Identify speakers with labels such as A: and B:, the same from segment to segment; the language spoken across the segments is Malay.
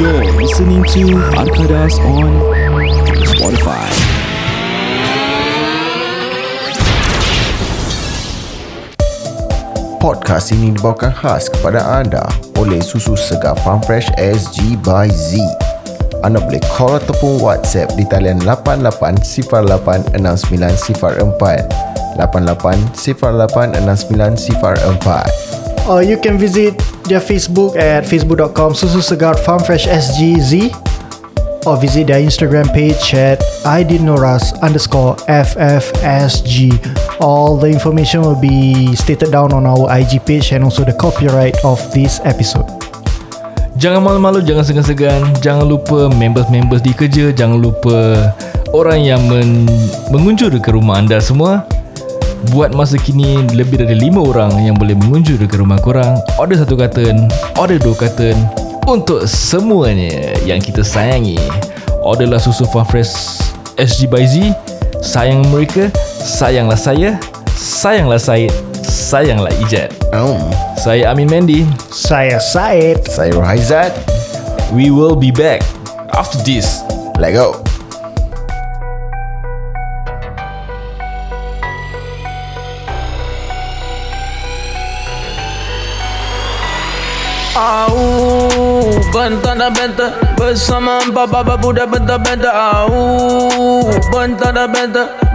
A: You're listening to Arkadas on Spotify.
B: Podcast ini dibawakan khas kepada anda oleh susu segar Farm Fresh SG by Z. Anda boleh call ataupun WhatsApp di talian 88 08 69 04 88 08 69 04
C: Or you can visit their Facebook at facebook.com Susu Segar Farm Fresh SGZ or visit their Instagram page at idinoras underscore FFSG. All the information will be stated down on our IG page and also the copyright of this episode.
D: Jangan malu-malu, jangan segan-segan. Jangan lupa members-members di kerja, jangan lupa orang yang men- mengunjur ke rumah anda semua. Buat masa kini lebih dari 5 orang yang boleh mengunjur ke rumah korang. Order satu carton, order dua carton untuk semuanya yang kita sayangi. Orderlah susu Farm Fresh SG by Z. Sayang mereka, sayanglah saya, sayanglah Syed, sayanglah Ijat.
B: um,
D: Saya Amin Mendy.
C: Saya Said.
B: Saya Rohaizat
D: We will be back after this.
B: Let go
E: Au Bentana benta Bersama empat baba budak benta benta Au Bentana benta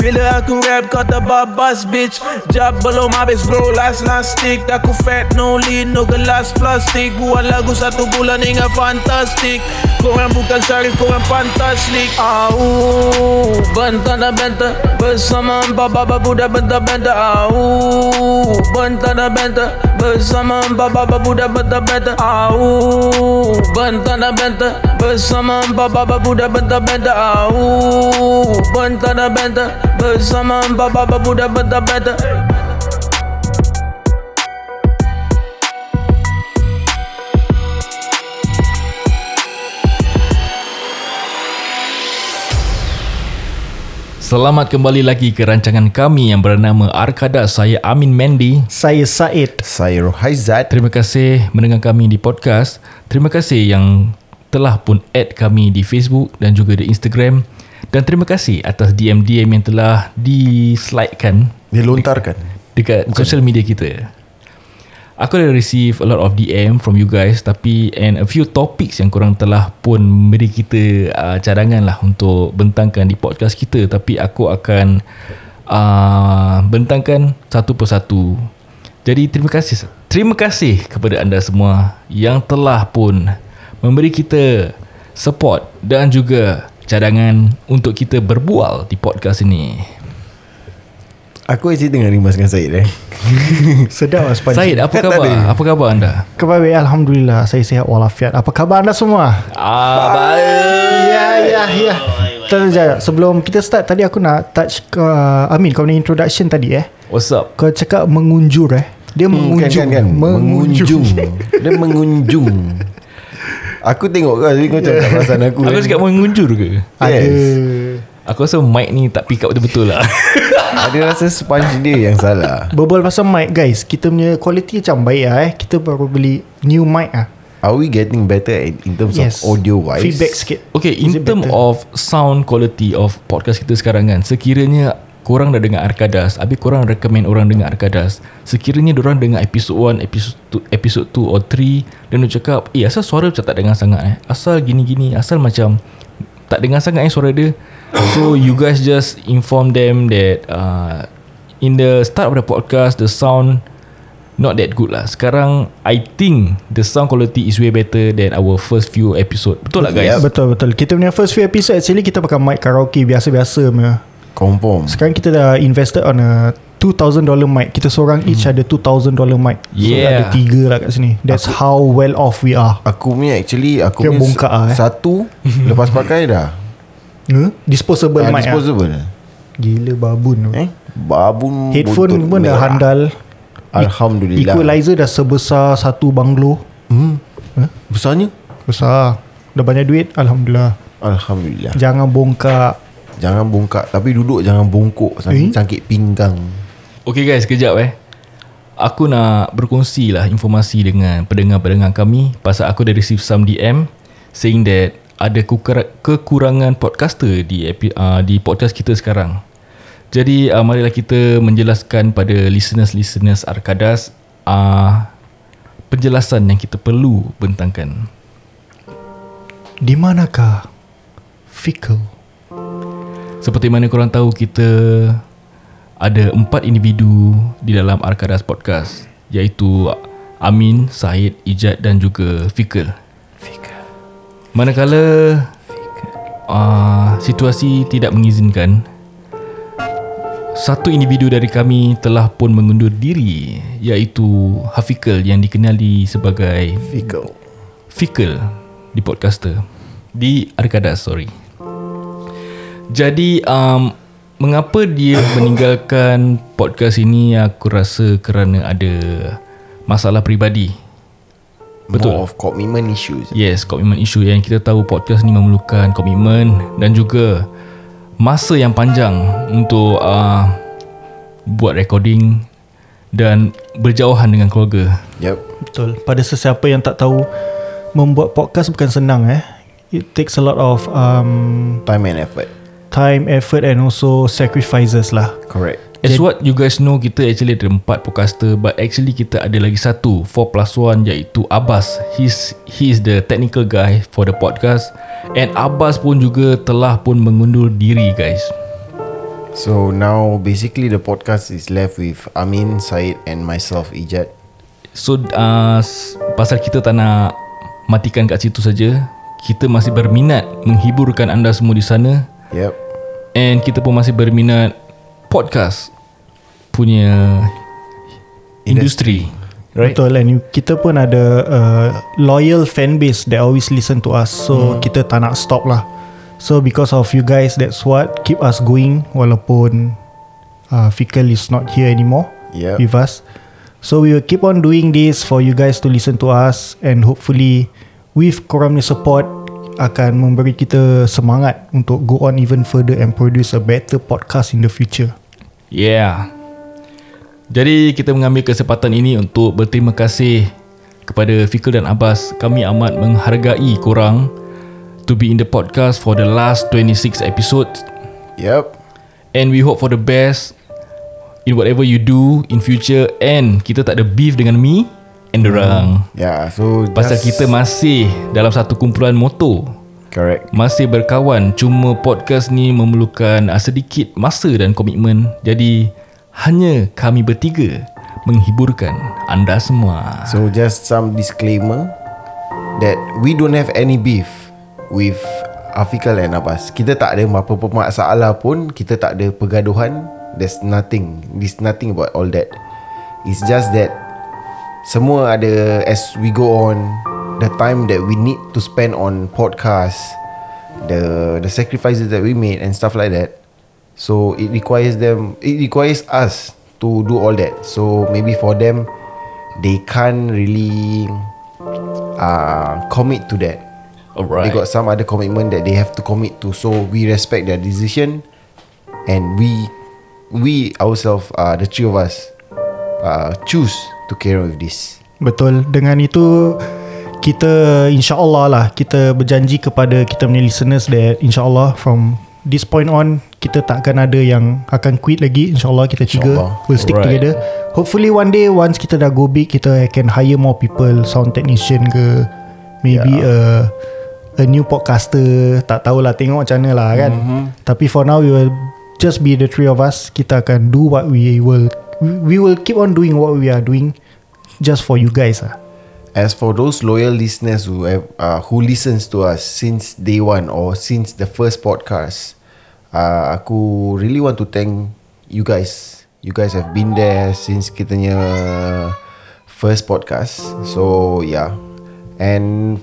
E: Bila aku rap kau terbabas bitch Job belum habis bro last last stick Aku fat no lead no gelas plastik Buat lagu satu bulan hingga fantastik Korang bukan syarif korang pantas leak Au Bentar dan bentar Bersama empat baba budak bentar bentar Au Bentar dan bentar Bersama empat baba budak bentar bentar Au Bentar dan bentar Bersama empat baba budak bentar bentar Au Bentar dan bentar Bersama empat baba budak bentar bentar
D: Selamat kembali lagi ke rancangan kami yang bernama Arkada. Saya Amin Mendy.
C: Saya Said.
B: Saya Rohaizat
D: Terima kasih mendengar kami di podcast. Terima kasih yang telah pun add kami di Facebook dan juga di Instagram. Dan terima kasih atas DM-DM yang telah dislikekan
B: Dilontarkan
D: dekat Bukan. social media kita. Aku dah receive a lot of DM from you guys tapi and a few topics yang korang telah pun beri kita uh, cadangan lah untuk bentangkan di podcast kita tapi aku akan uh, bentangkan satu persatu. Jadi terima kasih. Terima kasih kepada anda semua yang telah pun memberi kita support dan juga cadangan untuk kita berbual di podcast ini.
B: Aku actually tengah rimas dengan Syed eh
C: Sedap lah sepanjang.
D: Syed, apa
B: Tak ada.
D: khabar? Apa khabar anda?
C: Khabar baik, Alhamdulillah. Saya sihat walafiat. Apa khabar anda semua?
D: Ah, baik.
C: Ya, ya, ya. Tunggu sekejap. Sebelum kita start, tadi aku nak touch ke... Amin, kau punya introduction tadi eh.
D: What's up?
C: Kau cakap mengunjur eh. Dia
B: kan,
C: mengunjung.
B: kan, kan.
C: Mengunjung.
B: Mengunjung Dia mengunjung Aku tengok kau Jadi kau cakap perasaan aku
D: Aku
B: kan.
D: cakap mengunjur ke?
C: Ada.
B: Yes.
D: Aku rasa mic ni tak pick up betul-betul lah.
B: Ada rasa sponge dia yang salah
C: Berbual pasal mic guys. Kita punya quality macam baik lah eh. Kita baru beli new mic ah.
B: Are we getting better in, in terms yes. of audio wise?
C: Feedback sikit.
D: Okay,
C: Is it
D: in term
C: better?
D: of sound quality of podcast kita sekarang kan, sekiranya korang dah dengar Arkadas, habis korang recommend orang dengar Arkadas, sekiranya orang dengar episode 1, episode 2, episode 2 or 3, dan dia cakap, eh asal suara macam tak dengar sangat eh. Asal gini-gini, asal macam tak dengar sangat eh suara dia. So you guys just inform them that uh, in the start of the podcast, the sound not that good lah. Sekarang I think the sound quality is way better than our first few episode. Betul lah guys?
C: Betul betul. Kita punya first few episode actually kita pakai mic karaoke biasa-biasa punya.
B: Confirm
C: Sekarang kita dah invested on a $2,000 mic Kita seorang each ada $2,000 mic So
D: Yeah.
C: ada tiga lah kat sini That's how well off we are
B: Aku punya actually Aku
C: Kira
B: punya
C: bongkak ah, eh.
B: Satu Lepas pakai dah
C: huh? Hmm?
B: Ah,
C: Disposable mic disposable.
B: Disposable
C: Lah. Gila babun tu.
B: Eh Babun
C: Headphone
B: buntut
C: pun dah
B: merah.
C: handal
B: Alhamdulillah
C: Equalizer dah sebesar Satu banglo
B: Besarnya
C: Besar Dah banyak duit Alhamdulillah
B: Alhamdulillah
C: Jangan bongkak
B: Jangan bongkak Tapi duduk jangan bongkok Sambil
C: Eh?
B: cangkit pinggang
D: Okay guys, kejap eh. Aku nak berkongsi lah informasi dengan pendengar-pendengar kami pasal aku dah receive some DM saying that ada kukura- kekurangan podcaster di epi- uh, di podcast kita sekarang. Jadi uh, marilah kita menjelaskan pada listeners-listeners Arkadas uh, penjelasan yang kita perlu bentangkan.
C: Di manakah Fickle
D: Seperti mana korang tahu kita ada empat individu di dalam Arkadas Podcast iaitu Amin, Syed, Ijat dan juga Fikal. Fikal. Manakala uh, situasi tidak mengizinkan satu individu dari kami telah pun mengundur diri iaitu Hafikal yang dikenali sebagai
B: Fikau
D: Fikal di podcaster di Arkadas sorry. Jadi um, mengapa dia meninggalkan podcast ini aku rasa kerana ada masalah peribadi.
B: Betul More of commitment issues
D: Yes, komitmen isu yang kita tahu podcast ni memerlukan komitmen dan juga masa yang panjang untuk uh, buat recording dan berjauhan dengan keluarga.
B: Yep
C: Betul Pada sesiapa yang tak tahu Membuat podcast bukan senang eh It takes a lot of um,
B: Time and effort
C: Time, effort and also sacrifices lah
B: Correct
D: As what you guys know Kita actually ada empat podcaster But actually kita ada lagi satu Four plus one Iaitu Abbas He's, He is the technical guy For the podcast And Abbas pun juga Telah pun mengundur diri guys
B: So now basically the podcast is left with Amin, Syed and myself Ijat
D: So uh, s- Pasal kita tak nak Matikan kat situ saja Kita masih berminat Menghiburkan anda semua di sana
B: Yep
D: And kita pun masih berminat Podcast Punya Industri Right
C: Betul and you- kita pun ada uh, loyal fan base that always listen to us. So hmm. kita tak nak stop lah. So because of you guys that's what keep us going walaupun uh, Fikal is not here anymore
B: Yep.
C: with us. So we will keep on doing this for you guys to listen to us and hopefully with korang punya support akan memberi kita semangat untuk go on even further and produce a better podcast in the future.
D: Yeah. Jadi kita mengambil kesempatan ini untuk berterima kasih kepada Fikul dan Abbas. Kami amat menghargai korang to be in the podcast for the last 26 episodes
B: Yep
D: and we hope for the best in whatever you do in future and kita tak ada beef dengan me and dorang.
B: Yeah so
D: Pasal
B: just-
D: kita masih dalam satu kumpulan motor.
B: Correct
D: Masih berkawan Cuma podcast ni memerlukan ah, sedikit masa dan komitmen Jadi hanya kami bertiga menghiburkan anda semua
B: So just some disclaimer that we don't have any beef with Afiqal and Abbas. Kita tak ada apa-apa masalah pun, kita tak ada pergaduhan. There's nothing. There's nothing about all that. It's just that semua ada as we go on the time that we need to spend on podcast, the the sacrifices that we made and stuff like that. So it requires them it requires us to do all that. So maybe for them they can't really uh, commit to that. They
D: Alright
B: got some other commitment that they have to commit to. So we respect their decision and we we ourselves uh, the three of us uh, choose to carry on with this.
C: Betul Dengan itu Kita InsyaAllah lah Kita berjanji kepada Kita punya listeners That insyaAllah From this point on Kita tak akan ada yang Akan quit lagi InsyaAllah kita tiga
B: InsyaAllah.
C: We'll stick
D: Alright.
C: together Hopefully one day Once kita dah go big Kita can hire more people Sound technician ke Maybe yeah. a A new podcaster Tak tahulah Tengok macam mana lah kan mm-hmm. Tapi for now We will Just be the three of us Kita akan do what we will We will keep on doing What we are doing Just for you guys lah
B: As for those loyal listeners who have, uh, who listens to us since day one or since the first podcast, uh, aku really want to thank you guys. You guys have been there since kitanya first podcast. So yeah. And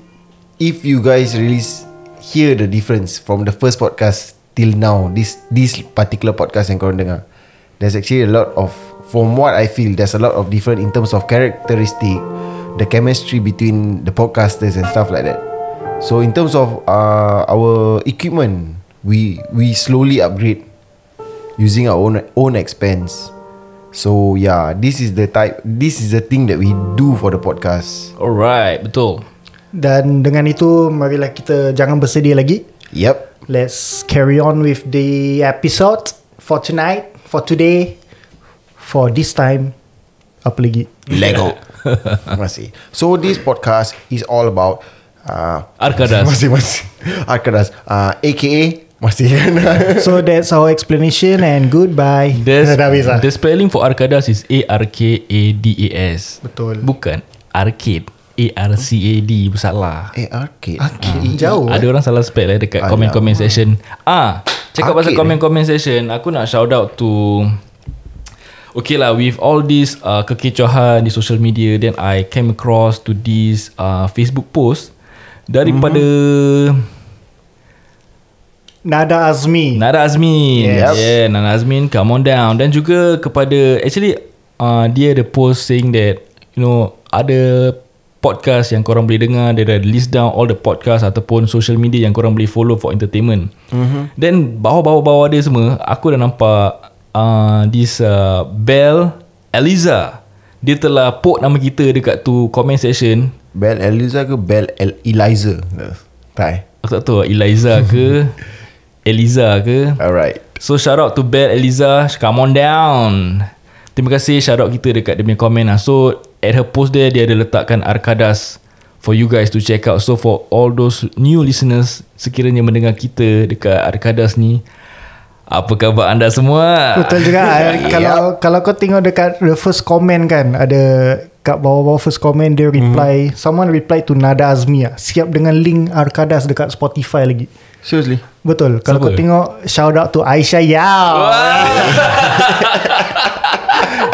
B: if you guys really s- hear the difference from the first podcast till now, this this particular podcast yang korang dengar, there's actually a lot of from what I feel, there's a lot of different in terms of characteristic, the chemistry between the podcasters and stuff like that. So in terms of uh, our equipment, we we slowly upgrade using our own own expense. So yeah, this is the type. This is the thing that we do for the podcast.
D: Alright, betul.
C: Dan dengan itu marilah kita jangan bersedih lagi.
B: Yep.
C: Let's carry on with the episode for tonight, for today, for this time. Apa lagi?
B: Lego. masih. So this podcast is all about uh,
D: Arkadas.
B: masih masih Arkadas, uh, AKA masih. kan?
C: So that's our explanation and goodbye.
D: The,
C: dah habis lah.
D: the spelling for Arkadas is A-R-K-A-D-A-S.
C: Betul.
D: Bukan arcade. A-R-C-A-D. Bersalah.
B: Eh arcade.
C: Jauh.
D: Ada orang salah spell eh dekat
B: Alah.
D: komen-komen section. Ah, cakap
B: Arcade,
D: pasal
B: eh?
D: komen-komen section, aku nak shout out to Okay lah with all this uh, kekecohan di social media then I came across to this uh, Facebook post daripada
C: Nada Azmi.
D: Nara Eh. Azmin.
B: Yes.
D: Yeah, Nara Azmin come on down dan juga kepada actually uh, dia ada post saying that you know ada podcast yang korang boleh dengar dia dah list down all the podcast ataupun social media yang korang boleh follow for entertainment. Mm-hmm. Then bawah-bawah-bawah dia semua aku dah nampak uh, this uh, Bell Eliza dia telah put nama kita dekat tu comment section
B: Bell Eliza ke Bell El- Eliza? Tak. eh?
D: aku tak tahu Eliza ke Eliza ke
B: Alright.
D: So shout out to Belle Eliza Come on down Terima kasih shout out kita dekat dia punya komen lah So at her post there Dia ada letakkan Arkadas For you guys to check out So for all those new listeners Sekiranya mendengar kita dekat Arkadas ni Apa khabar anda semua?
B: Oh,
C: Betul juga yeah. Kalau kalau kau tengok dekat The first comment kan Ada Kat bawah-bawah first comment Dia reply mm. Someone reply to Nada Azmi lah. Siap dengan link Arkadas Dekat Spotify lagi
B: Seriously.
C: Betul Kalau kau
D: Siapa?
C: tengok Shout out to Aisyah Yao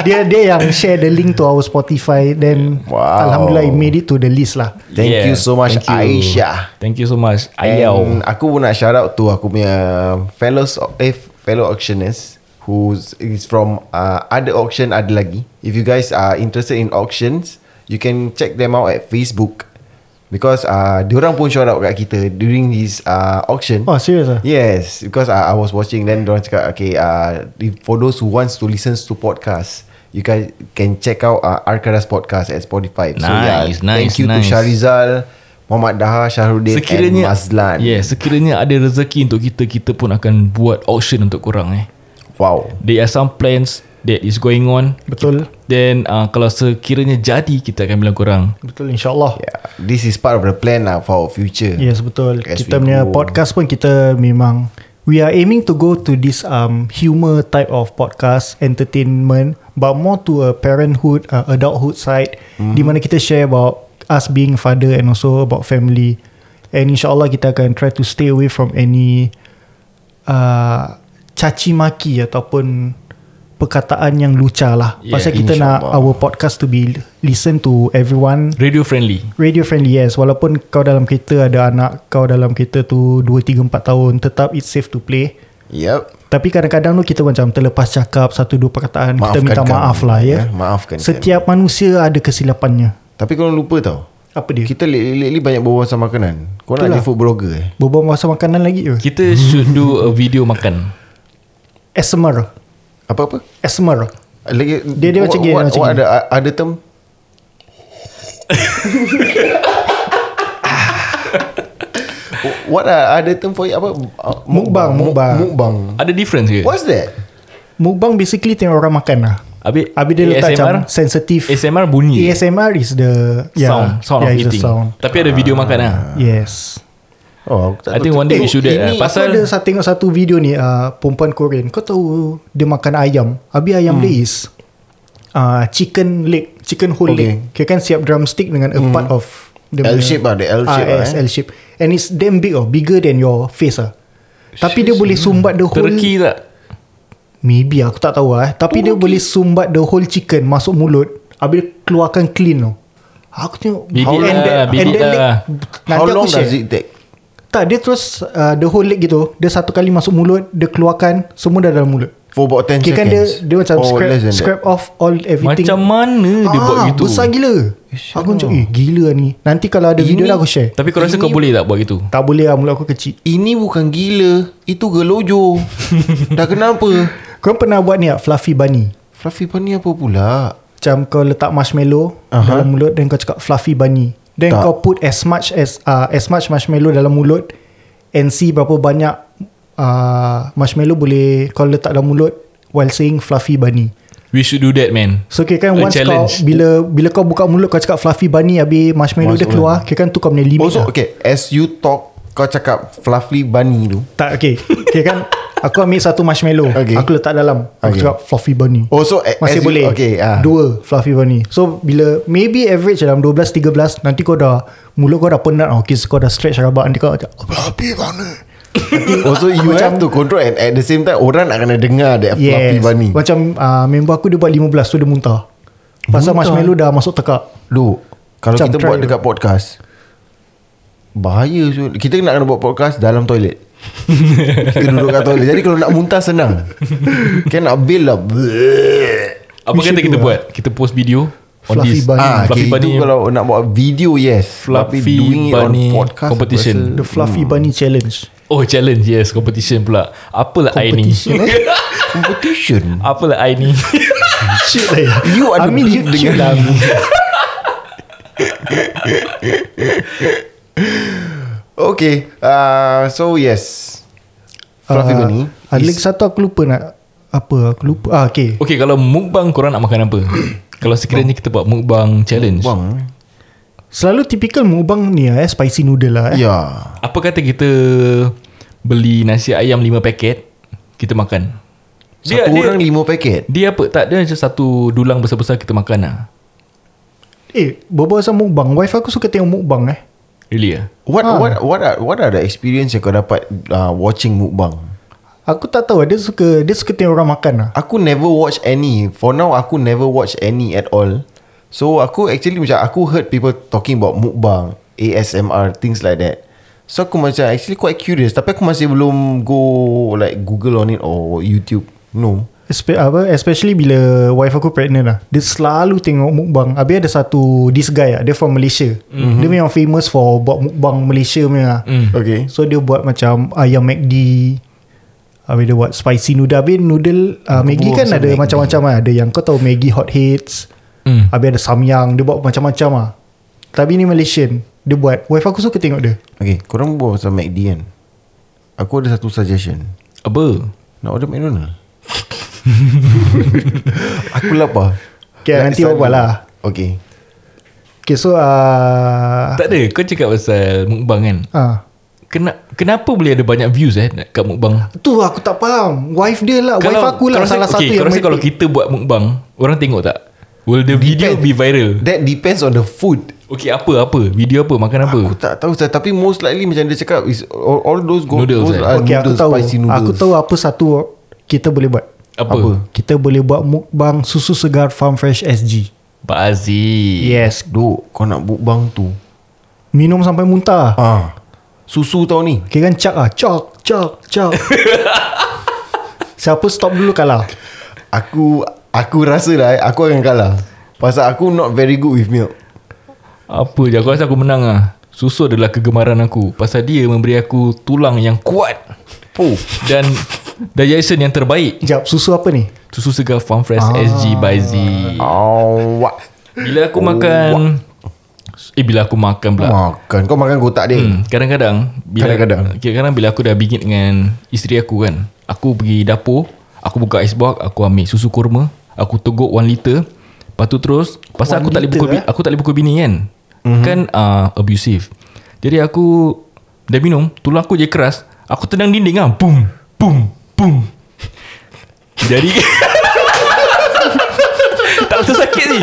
C: Dia dia yang share the link to our Spotify Then
B: Wow.
C: Alhamdulillah it made it to the list lah
B: Thank you so much, Aisyah.
D: Thank you so much Ayau
B: And aku pun nak shout out to aku punya fellows eh fellow auctioners who is from uh, ada auction ada lagi. If you guys are interested in auctions, you can check them out at Facebook because uh, diorang pun shout out kat kita during his uh, auction.
C: Oh serious lah
B: Yes, because I, I was watching then diorang cakap okay uh, if- for those who wants to listen to podcast you guys can check out uh, Arkadas podcast at Spotify.
D: Nice,
B: thank
D: nice,
B: you to
D: nice.
B: Syarizal, Muhammad Daha, Syahrudin and Mazlan.
D: yeah, Sekiranya ada rezeki untuk kita Kita pun akan buat auction untuk korang eh
B: Wow.
D: There are some plans That is going on
C: Betul
D: Then uh, kalau sekiranya jadi kita akan bilang korang.
C: Betul insyaAllah
B: Yeah, this is part of the plan lah for our future.
C: Yes betul
B: As
C: Kita
B: we
C: punya
B: go.
C: podcast pun kita memang We are aiming to go to this um, humor type of podcast entertainment but more to a parenthood uh, adulthood side mm-hmm. di mana kita share about us being father and also about family and insyaallah kita akan try to stay away from any uh, caci maki ataupun perkataan yang lucah lah
D: Yeah,
C: pasal kita nak
B: insyaallah.
C: our podcast to be listen to everyone
D: Radio friendly.
C: radio friendly yes walaupun kau dalam kereta ada anak kau dalam kereta tu 2 3 4 tahun tetap it's safe to play
B: Yep.
C: tapi kadang-kadang tu kita macam terlepas cakap satu dua perkataan
B: Maafkan
C: kita minta
B: kami,
C: maaf lah
B: ya.
C: ya.
B: Maafkan kami.
C: Setiap manusia ada kesilapannya.
B: Tapi korang lupa tau.
C: Apa dia?
B: Kita lately banyak berbual sama makanan. Korang ada
C: Itulah.
B: food blogger eh?
C: Berbual pasal makanan lagi ke?
D: Kita should do a video makan.
C: ASMR.
B: Apa-apa?
C: ASMR.
B: Lagi,
C: Dia- dia
B: what,
C: macam gini,
B: what,
C: macam
B: what
C: gini.
B: ada ada term? what are ada term for it apa? Uh,
C: Mukbang, mukbang.
B: Mukbang.
D: Ada difference ke?
B: What's that?
C: Mukbang basically tengok orang makan lah.
D: Habis,
C: Habis dia letak
D: ASMR,
C: macam sensitif.
D: ASMR bunyi.
C: ASMR is the yeah,
D: sound, sound
C: yeah,
D: of
C: it's the
D: eating.
C: sound.
D: Tapi ada video makan lah.
C: Yes.
B: Oh,
C: Ah.
B: aku tak
D: I think one day
C: Eh,
D: we should do
B: eh.
D: that. lah.
C: Pasal
D: Pasal
C: ada saya tengok satu video ni uh, perempuan Korean. Kau tahu dia makan ayam. Habis ayam hmm. dia is uh, chicken leg, chicken whole okay. leg. Kira kan siap drumstick dengan a part of the
B: Hmm. L shape lah, the L shape
C: ah,
B: lah,
C: yes,
B: eh.
C: L shape. And it's damn big oh, bigger than your face ah. Tapi dia boleh sumbat the whole
D: Terki tak?
C: Maybe aku tak tahu lah eh. Tapi dia boleh sumbat the whole chicken masuk mulut. Habis dia keluarkan clean tu. Aku tengok
D: Bibit
C: how- and
D: lah,
C: that- and
D: bibit
C: that leg-
D: lah.
C: Nanti
B: How
C: aku
B: long
C: share.
B: does it take?
C: Tak dia terus uh, The whole leg gitu Dia satu kali masuk mulut Dia keluarkan Semua dah dalam mulut
B: For about 10 seconds.
C: Okay kan dia Dia macam
B: Or
C: scrap,
B: Oh, less than that.
C: scrap off all everything
D: Macam mana dia buat gitu?
C: Ah, Besar gila Aku macam Eh gila ni Nanti kalau ada video
B: Ini-
C: dah aku share
D: Tapi kau rasa kau boleh tak buat gitu?
C: Tak boleh lah mulut aku kecil
B: Ini bukan gila, itu gelojo. Dah kenapa?
C: Kau pernah buat ni tak Fluffy bunny
B: Fluffy Bunny apa pula?
C: Macam kau letak marshmallow uh-huh. Dalam mulut Dan kau cakap fluffy bunny Then
B: Tak.
C: kau put as much as uh, As much marshmallow dalam mulut And see berapa banyak uh, Marshmallow boleh Kau letak dalam mulut While saying fluffy bunny
D: We should do that man.
C: So kira kan
D: A
C: once
D: challenge.
C: kau Bila bila kau buka mulut Kau cakap fluffy bunny Habis marshmallow dia keluar Kira kan tu kau punya limit
B: Also,
C: lah.
B: Oh, okay, as you talk, kau cakap Fluffy Bunny tu.
C: Tak okay Kira kan Aku ambil satu marshmallow
B: Okay.
C: Aku letak dalam Aku
B: Okay.
C: cakap fluffy bunny
B: Oh, so a- as
C: Masih
B: you-
C: boleh
B: okay, ah.
C: Dua fluffy bunny So bila Maybe average dalam 12-13 Nanti kau dah Mulut kau dah penat Okay so kau dah stretch rabak Nanti kau macam,
B: Fluffy Bunny. Also, you have to control and at the same time, orang nak kena dengar that
C: Yes
B: Fluffy Bunny.
C: Macam uh, member aku dia buat 15 So dia muntah Pasal marshmallow dah masuk tekak
B: Loh, kalau
C: Macam
B: kita
C: try
B: buat
C: tu.
B: dekat podcast, bahaya. Syul. Kita nak kena buat podcast dalam toilet. kita duduk kat toilet. Jadi kalau nak muntah senang. Kan nak bil lah.
D: Apa
C: We
D: kata
C: should
D: kita
C: do lah.
D: buat? Kita post video on
C: Fluffy
D: this.
C: bunny.
B: Ah,
D: Fluffy
B: okay,
D: Bunny.
B: itu kalau nak buat video, yes.
D: Fluffy
B: Tapi doing it on
D: Bunny
B: podcast,
D: competition.
B: aku rasa-
C: The fluffy
B: Hmm.
C: bunny challenge
D: Oh challenge yes competition pula. Apalah I ni?
C: eh?
B: Competition.
D: Apalah I ni?
C: Shit lah ya.
B: You are the
C: Amin
B: beef
C: cute
B: dengan-
C: lah Amin.
B: Okay. Uh, so, yes. Fluffy
C: Ah,
B: Bunny.
C: Ada
B: is-
C: lagi satu aku lupa nak Apa aku lupa ah, Okay
D: Okay kalau mukbang korang nak makan apa? kalau sekiranya kita buat mukbang challenge.
B: Bang.
C: Selalu typical mukbang ni lah eh Spicy noodle lah eh
B: Ya.
D: Apa kata kita beli nasi ayam 5 paket kita makan.
B: Satu
D: Dia dia,
B: orang lima paket.
D: dia apa tak dia macam satu dulang besar-besar kita makan lah.
C: Eh berbual pasal mukbang Wife aku suka tengok mukbang eh
D: Really ah?
B: What what what are what are the experience yang kau dapat uh, watching mukbang?
C: Aku tak tahu Dia suka Dia suka tengok orang makan lah
B: Aku never watch any. For now aku never watch any at all. So aku actually macam aku heard people talking about mukbang, ASMR, things like that. So aku macam actually quite curious tapi aku masih belum go like Google on it or YouTube. No.
C: Espe- apa, Especially bila Wife aku pregnant lah Dia selalu tengok mukbang Habis ada satu This guy lah Dia from Malaysia mm-hmm. Dia memang famous for Buat mukbang Malaysia punya lah mm.
B: Okay.
C: So dia buat macam Ayam McD Habis dia buat spicy noodle Habis noodle uh, Maggi
B: buat
C: kan
B: pasal
C: ada
B: Maggi.
C: macam-macam lah Ada yang kau tahu Maggi hot hits
D: Hmm.
C: Habis ada samyang Dia buat macam-macam lah Tapi ni Malaysian Dia buat Wife aku suka tengok dia
B: Okay, korang buat pasal McD kan? Aku ada satu suggestion.
D: Apa?
B: Nak order McDonald? aku lapar.
C: Okay, nanti
B: suddenly.
C: awak buat lah.
B: Okay.
C: Okay so uh,
D: Tak ada Kau cakap pasal mukbang kan
C: uh,
D: Kena, Kenapa boleh ada banyak views eh Kat mukbang
C: Tu aku tak faham Wife dia lah Wife aku lah
D: kau rasa-
C: Salah satu
D: Kau
C: yang
D: rasa kalau kita buat mukbang Orang tengok tak Will the video be viral
B: That depends on the food.
D: Okay apa apa Video apa makan apa
B: Aku tak tahu saya tapi most likely macam dia cakap is all, all those go
D: Noodles,
B: those
D: eh?
B: are
C: Okay aku
B: Ah, noodles,
C: tahu
B: spicy noodles.
C: Aku tahu apa satu Kita boleh buat
D: Apa,
B: apa?
C: Kita boleh buat mukbang Susu segar Farm Fresh SG
D: Pak Aziz
C: Yes
B: Duk, kau nak bukbang tu.
C: Minum sampai muntah
B: Ah. Susu tau ni.
C: Okay kan cak ah Cak Cak Cak Siapa stop dulu kalah
B: Aku aku rasa lah eh, aku akan kalah. Pasal aku not very good with milk.
D: Apa je Aku rasa aku menang lah Susu adalah kegemaran aku Pasal dia memberi aku Tulang yang kuat
B: Oh.
D: Dan Digestion yang terbaik
C: Sekejap susu apa ni
D: Susu segar Farm Fresh SG by Z
B: Ah. Awak.
D: Bila aku makan Eh bila aku makan pula
B: Makan. Kau makan kotak dia.
D: Hmm, kadang-kadang bila
B: Kadang-kadang.
D: kadang-kadang bila aku dah bingit dengan isteri aku kan, aku pergi dapur, aku buka icebox, aku ambil susu kurma, aku teguk 1 liter. Lepas tu terus pasal
C: One
D: aku tak boleh
C: liter,
D: pukul bi-
C: eh? Mhm.
D: aku tak boleh pukul bini kan. Mm-hmm. Kan uh, abusive. Jadi aku dah minum, tulang aku je keras, aku tendang dinding ah, boom, boom, boom. Jadi tak rasa sakit ni.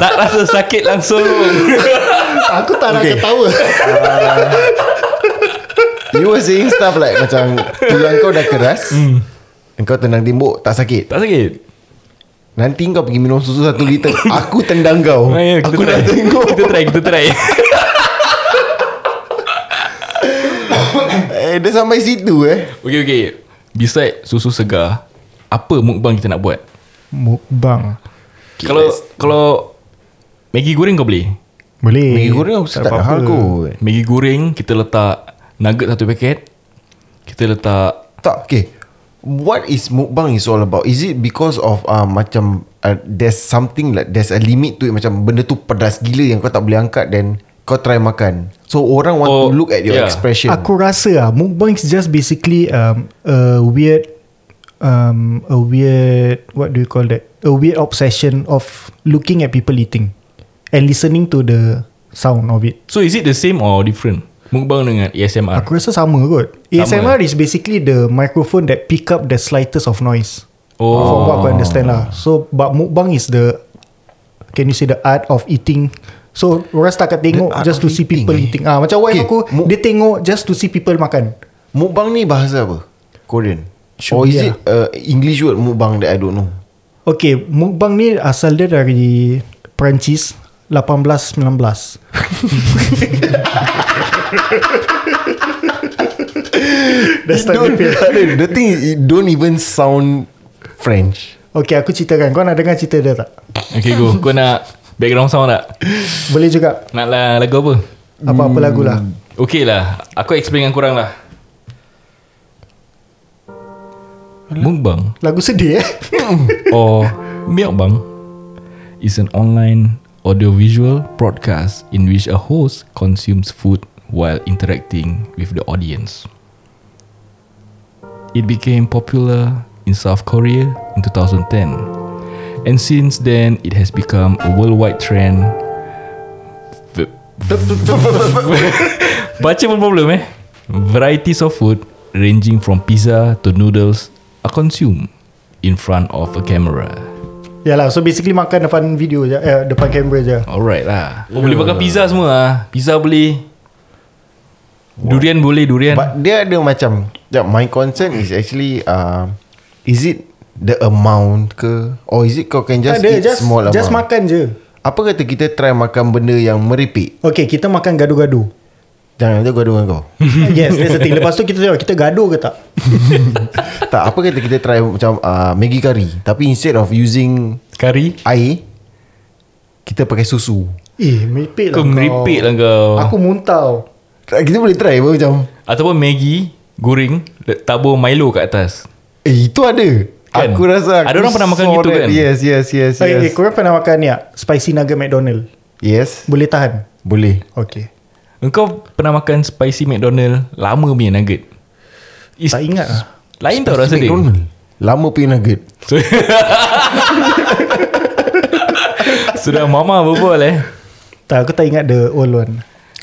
D: tak rasa sakit langsung.
C: Aku tak nak
B: Okay.
C: ketawa
B: Uh, You were saying stuff like Macam Tulang kau dah keras
D: Hmm.
B: Engkau tendang tembok Tak sakit
D: Tak sakit
B: Nanti kau pergi minum susu satu liter Aku tendang kau
D: Ah, ya,
B: Aku
D: try.
B: dah tengok
D: Kita try Kita try
B: Eh dia sampai situ eh
D: Okay okay Beside susu segar Apa mukbang kita nak buat
C: Mukbang
D: okay, Kalau Kalau Maggi goreng kau boleh Eh,
C: Boleh
B: Maggi goreng aku tak ada hal kot
D: Maggi goreng Kita letak Nugget satu paket Kita letak
B: Tak okay What is mukbang is all about Is it because of uh, Macam uh, There's something like There's a limit to it Macam benda tu pedas gila Yang kau tak boleh angkat Then kau try makan So orang want
D: Oh,
B: to look at your
D: yeah.
B: expression
C: Aku rasa ah mukbang is just basically um, a weird um, a weird what do you call that? A weird obsession of looking at people eating and listening to the sound of it.
D: So is it the same Or different Mukbang dengan
B: Ah.
D: ASMR
C: Aku rasa sama kot.
B: lah.
D: Sama
C: ASMR is basically the microphone that pick up the slightest of noise.
D: Oh.
C: From what I understand lah. So but mukbang is the can you say the art of eating. So orang setakat tengok
B: art
C: just
B: of
C: to see
B: eating,
C: people
B: eh.
C: eating. Ah macam wife
B: Okay,
C: aku
B: mu-
C: dia tengok just to see people makan.
B: Mukbang ni bahasa apa? Korean
C: Should
B: Or
C: be
B: is
C: lah.
B: it uh, English word mukbang That I don't know
C: Okay, mukbang ni asal dia dari Perancis 18-19. Dah start
B: don't,
C: repeat.
B: The thing is It don't even sound French
C: Okay, aku ceritakan. Kau nak dengar cerita dia tak?
D: Okay go Kau nak Background sound tak
C: Boleh juga.
D: Nak lah lagu apa
C: Apa-apa
B: Hmm.
C: lagu lah.
D: Okay lah Aku explain dengan korang lah Mukbang
C: Lagu sedih eh.
D: or Myeongbang is an online audiovisual broadcast in which a host consumes food while interacting with the audience. It became popular in South Korea in 2010, and since then it has become a worldwide trend. V- Baca pun problem eh. Varieties of food ranging from pizza to noodles are consumed in front of a camera.
C: Yalah, so basically makan depan video je. Eh, depan kamera je.
D: Alright lah. Oh, boleh makan pizza semua ah. Pizza boleh. Durian boleh durian.
B: But dia ada macam yeah, My concern is actually uh, Is it The amount ke Or is it kau can just
C: tak ada,
B: eat
C: just,
B: small lah,
C: just
B: amount
C: makan je.
B: Apa kata kita try makan benda yang meripik
C: Okay, kita makan gado-gado.
B: Jangan nanti gaduh dengan kau
C: yes, that's the thing. Lepas tu kita tengok, kita gaduh ke tak?
B: Tak apa kata kita try macam uh, Maggi curry Tapi instead of using
D: Kari.
B: Air Kita pakai susu
C: Eh, meripik lah
D: Kau meripik lah kau.
C: Aku muntah tau.
B: Kita boleh try pun macam
D: Ataupun Maggi goreng le- tabur Milo kat atas.
B: Eh itu ada
D: Kan?
B: Aku rasa aku
D: Ada orang pernah makan
B: saw
D: gitu
B: that.
D: kan?
B: Yes yes yes
C: Yes. Okay,
B: yes.
C: Eh, korang pernah makan ni tak? Spicy nugget McDonald.
B: Yes
C: Boleh tahan?
B: Boleh
C: Okay.
D: Engkau pernah makan spicy McDonald lama punya nugget? Is,
C: Tak ingat lah.
D: Lain tau rasa dia.
B: McDonald Lama punya nugget
D: So, Sudah mama berbual eh.
C: Tak, aku tak ingat the old one.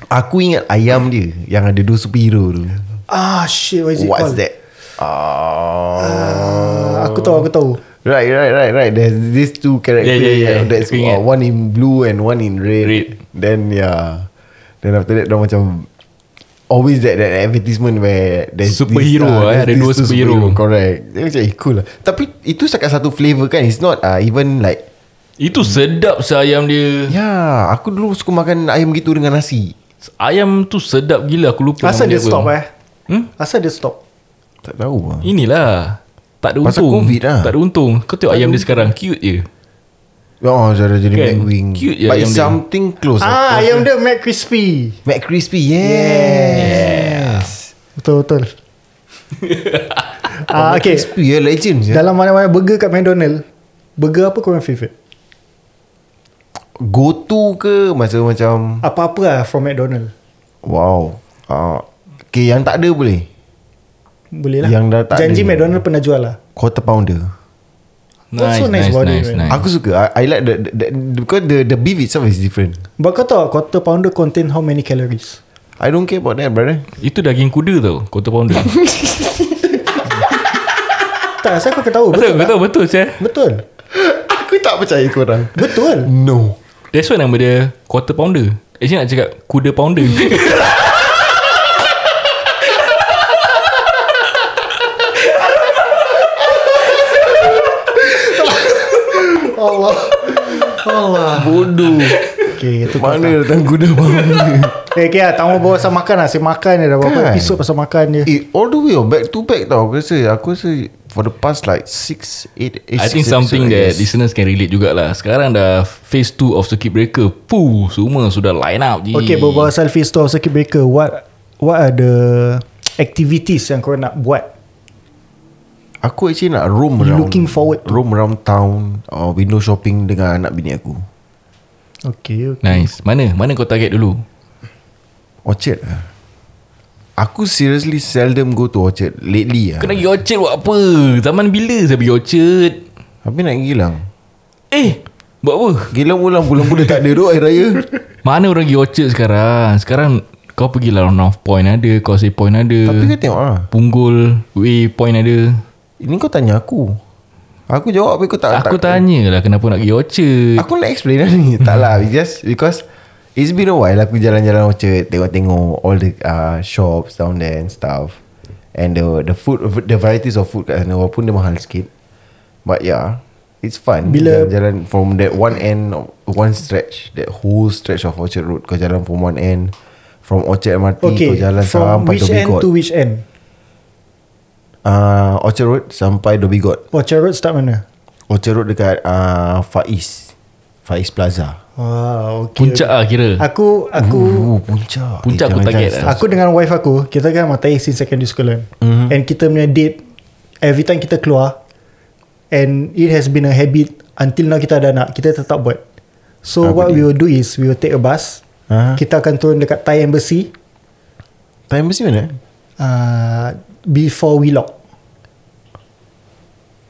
B: Aku ingat ayam dia Yang ada dua superhero tu
C: Ah, shit. What is it
B: What's
C: called?
B: that? Oh.
C: Ah, aku tahu, aku tahu.
B: Right right right right There's these two characters
D: Yeah, yeah, yeah.
B: That's
D: Aku
B: uh,
D: ingat.
B: One in blue and one in red,
D: Red.
B: Then yeah Then after that Dia macam Always that, that advertisement where there's
D: Superhero
B: this, uh,
D: eh,
B: there's
D: ada
B: these
D: dua
B: two
D: superhero.
B: Correct Dia macam eh, cool lah Tapi itu sekat satu flavour kan It's not uh, even like
D: Itu sedap sayam dia.
B: Ya, aku dulu suka makan ayam gitu dengan nasi.
D: Ayam tu sedap gila aku lupa.
C: Asal
D: nama
C: dia stop eh?
D: Hmm?
C: Asal dia stop?
B: Tak tahu lah.
D: Inilah. Tak ada
B: Pasal
D: untung.
B: COVID lah.
D: Tak ada untung. Kau tengok ayam dia sekarang cute je.
B: Oh, cara jadi
D: Kan?
B: McWing.
D: Cute je
B: But
D: ayam
B: it's
D: dia.
B: something close.
C: Ah,
B: Aku
C: ayam
B: rasa.
C: dia McCrispy.
B: McCrispy, yes.
C: Betul, betul. ah, okay.
B: McCrispy, yeah, legend je.
C: Dalam mana-mana burger kat McDonald, burger apa korang favourite?
B: Go to ke masa macam
C: Apa-apa lah from McDonald.
B: wow. Uh, okay, yang tak ada boleh.
C: Boleh lah.
B: Yang dah tak
C: Janji
B: ada.
C: McDonald pernah jual lah.
B: Quarter pounder.
C: Also nice body, man.
B: Aku suka. I, I like the, the, the because the the beef itself is different.
C: But kau tahu tak, quarter pounder contain how many calories?
B: I don't care about that, brother.
D: Itu daging kuda tau. Quarter pounder.
C: Tak, asal kau tahu.
D: Betul,
C: Betul.
D: betul, betul, betul
C: Betul.
B: aku tak percaya korang.
C: Betul.
B: No.
D: That's why nama dia quarter pounder. Actually nak cakap kuda pounder.
B: Allah
D: Bodoh
C: Okay itu kau
B: Mana datang kuda bangla
C: Eh okay lah Tamu bawa pasal makan lah Saya makan je dah Berapa
B: Kan?
C: episod pasal makan je
B: Eh, all the way oh, back to back tau aku rasa. Aku rasa for the past like 6, 8, 8
D: I think something that listeners can relate jugalah Sekarang dah phase 2 of circuit breaker Puh Semua sudah line up je
C: Okay berbual pasal phase 2 of circuit breaker What What are the Activities yang korang nak buat
B: Aku actually nak roam
C: You
B: around
C: looking forward to-
B: Roam around town or Window shopping dengan anak bini aku
C: Okay, okay.
D: Nice Mana? Mana kau target dulu?
B: Orchard lah Aku seriously seldom go to Orchard Lately lah
D: Kau nak pergi Orchard buat apa? Zaman bila saya pergi Orchard?
B: Habis nak gilang
D: Eh Buat apa?
B: Gilang ulang bulan-bulan tak ada tu air raya
D: Mana orang pergi Orchard sekarang? Sekarang kau pergi lah North Point ada Causeway Point ada
B: Tapi kau tengok lah
D: Punggol Way Point ada
B: Ini kau tanya aku Aku jawab tapi kau tak
D: Aku
B: Ah, tak,
D: tanya lah kenapa nak pergi Orchard
B: Aku nak explain lah ni Tak lah it's Just because It's been a while Aku jalan-jalan Orchard Tengok-tengok All the uh, shops down there And stuff And the the food The varieties of food kat sana Walaupun dia mahal sikit But yeah It's fun
C: Bila-
B: Jalan from that one end of- One stretch That whole stretch of Orchard Road Kau jalan from one end From Orchard MRT
C: Okay
B: Kau jalan
C: From
B: sampai
C: which
B: Dhoby
C: end
B: God
C: to which end
B: uh, Orchard Road Sampai Dhoby God
C: Orchard Road Oh, start mana
B: Orchard Road dekat uh, Faiz Faiz Plaza
C: Wow okay
D: Puncak lah kira
C: Ah, Aku Aku
B: Oh puncak
D: Puncak aku
B: jangan-
D: target
B: jangan-
D: lah.
C: Aku dengan wife aku Kita kan matai since secondary school kan
B: Mhm.
C: mm-hmm. And kita punya date Every time kita keluar And it has been a habit Until now kita ada anak Kita tetap buat So
B: Apa
C: what
B: dia?
C: we will do is We will take a bus
B: Ah.
C: Kita akan turun dekat Thai Embassy
B: Time mesti mana?
C: uh, Before Wheelock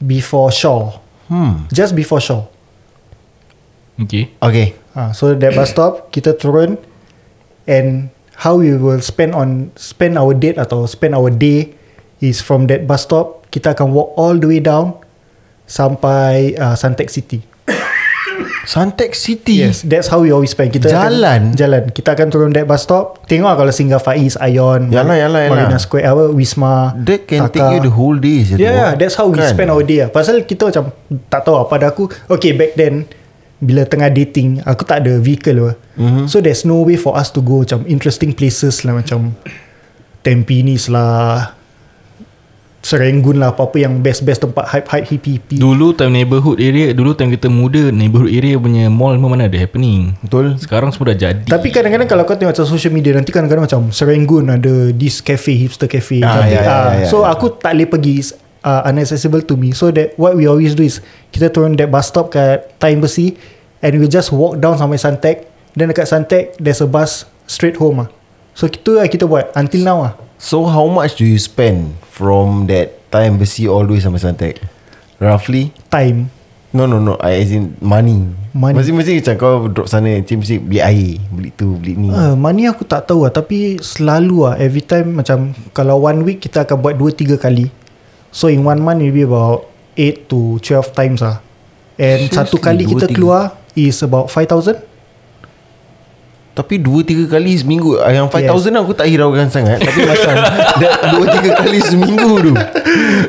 C: Before Shaw
B: Hmm.
C: Just before Shaw
D: Okay
B: Okay.
C: Ah, so that bus stop kita turun and how we will spend on spend our date atau spend our day is from that bus stop kita akan walk all the way down sampai uh, Suntec City.
B: Suntec City.
C: Yes, that's how we always spend. Kita
B: Jalan?
C: akan, jalan. Kita akan turun that bus stop. Tengok lah kalau singgah Faiz, Ion,
B: Yalah, yalah, yalah.
C: Marina Square, apa Wisma.
B: That can
C: Taka.
B: take you the whole day. saja tu.
C: Yeah, Ya,
B: Kan?
C: that's how we spend our day lah. Pasal kita macam tak tahu lah. Pada aku, okay back then, bila tengah dating, aku tak ada vehicle lah. Mm-hmm. So there's no way for us to go macam interesting places lah. Macam Tempinis lah, Serenggun lah, apa-apa yang best-best tempat hype-hype hippie-hippie.
D: Dulu time neighborhood area Dulu time kita muda Neighborhood area punya mall memang Mana ada happening
B: Betul.
D: Sekarang semua dah jadi
C: Tapi kadang-kadang kalau kau tengok macam social media nanti kadang-kadang macam Serenggun ada this cafe hipster cafe
B: Ah, ya, ya,
C: cantik. Ah,
B: ya, ya,
C: so
B: ya.
C: aku tak boleh pergi It's, uh, unaccessible to me. So that what we always do is kita turun that bus stop kat Time Besi and we just walk down sampai Suntec. Then dekat Suntec there's a bus straight home ah. So itu lah kita buat until now ah.
B: So how much do you spend from that time besi all the way sampai Suntec? Roughly?
C: Time.
B: No, no, no. I as in money.
C: Money.
B: Masing-masing macam kau drop sana. Macam mesti beli air. Beli tu, beli ni.
C: Uh, money aku tak tahu lah tapi selalu lah every time macam kalau one week kita akan buat 2-3 kali so in one month maybe about 8 to 12 times lah and
B: Seriously,
C: satu kali
B: dua,
C: kita
B: tiga?
C: keluar is about 5,000
B: Tapi dua tiga kali seminggu Ah, Yang 5,000 aku tak hiraukan sangat Tapi macam that Dua tiga kali seminggu tu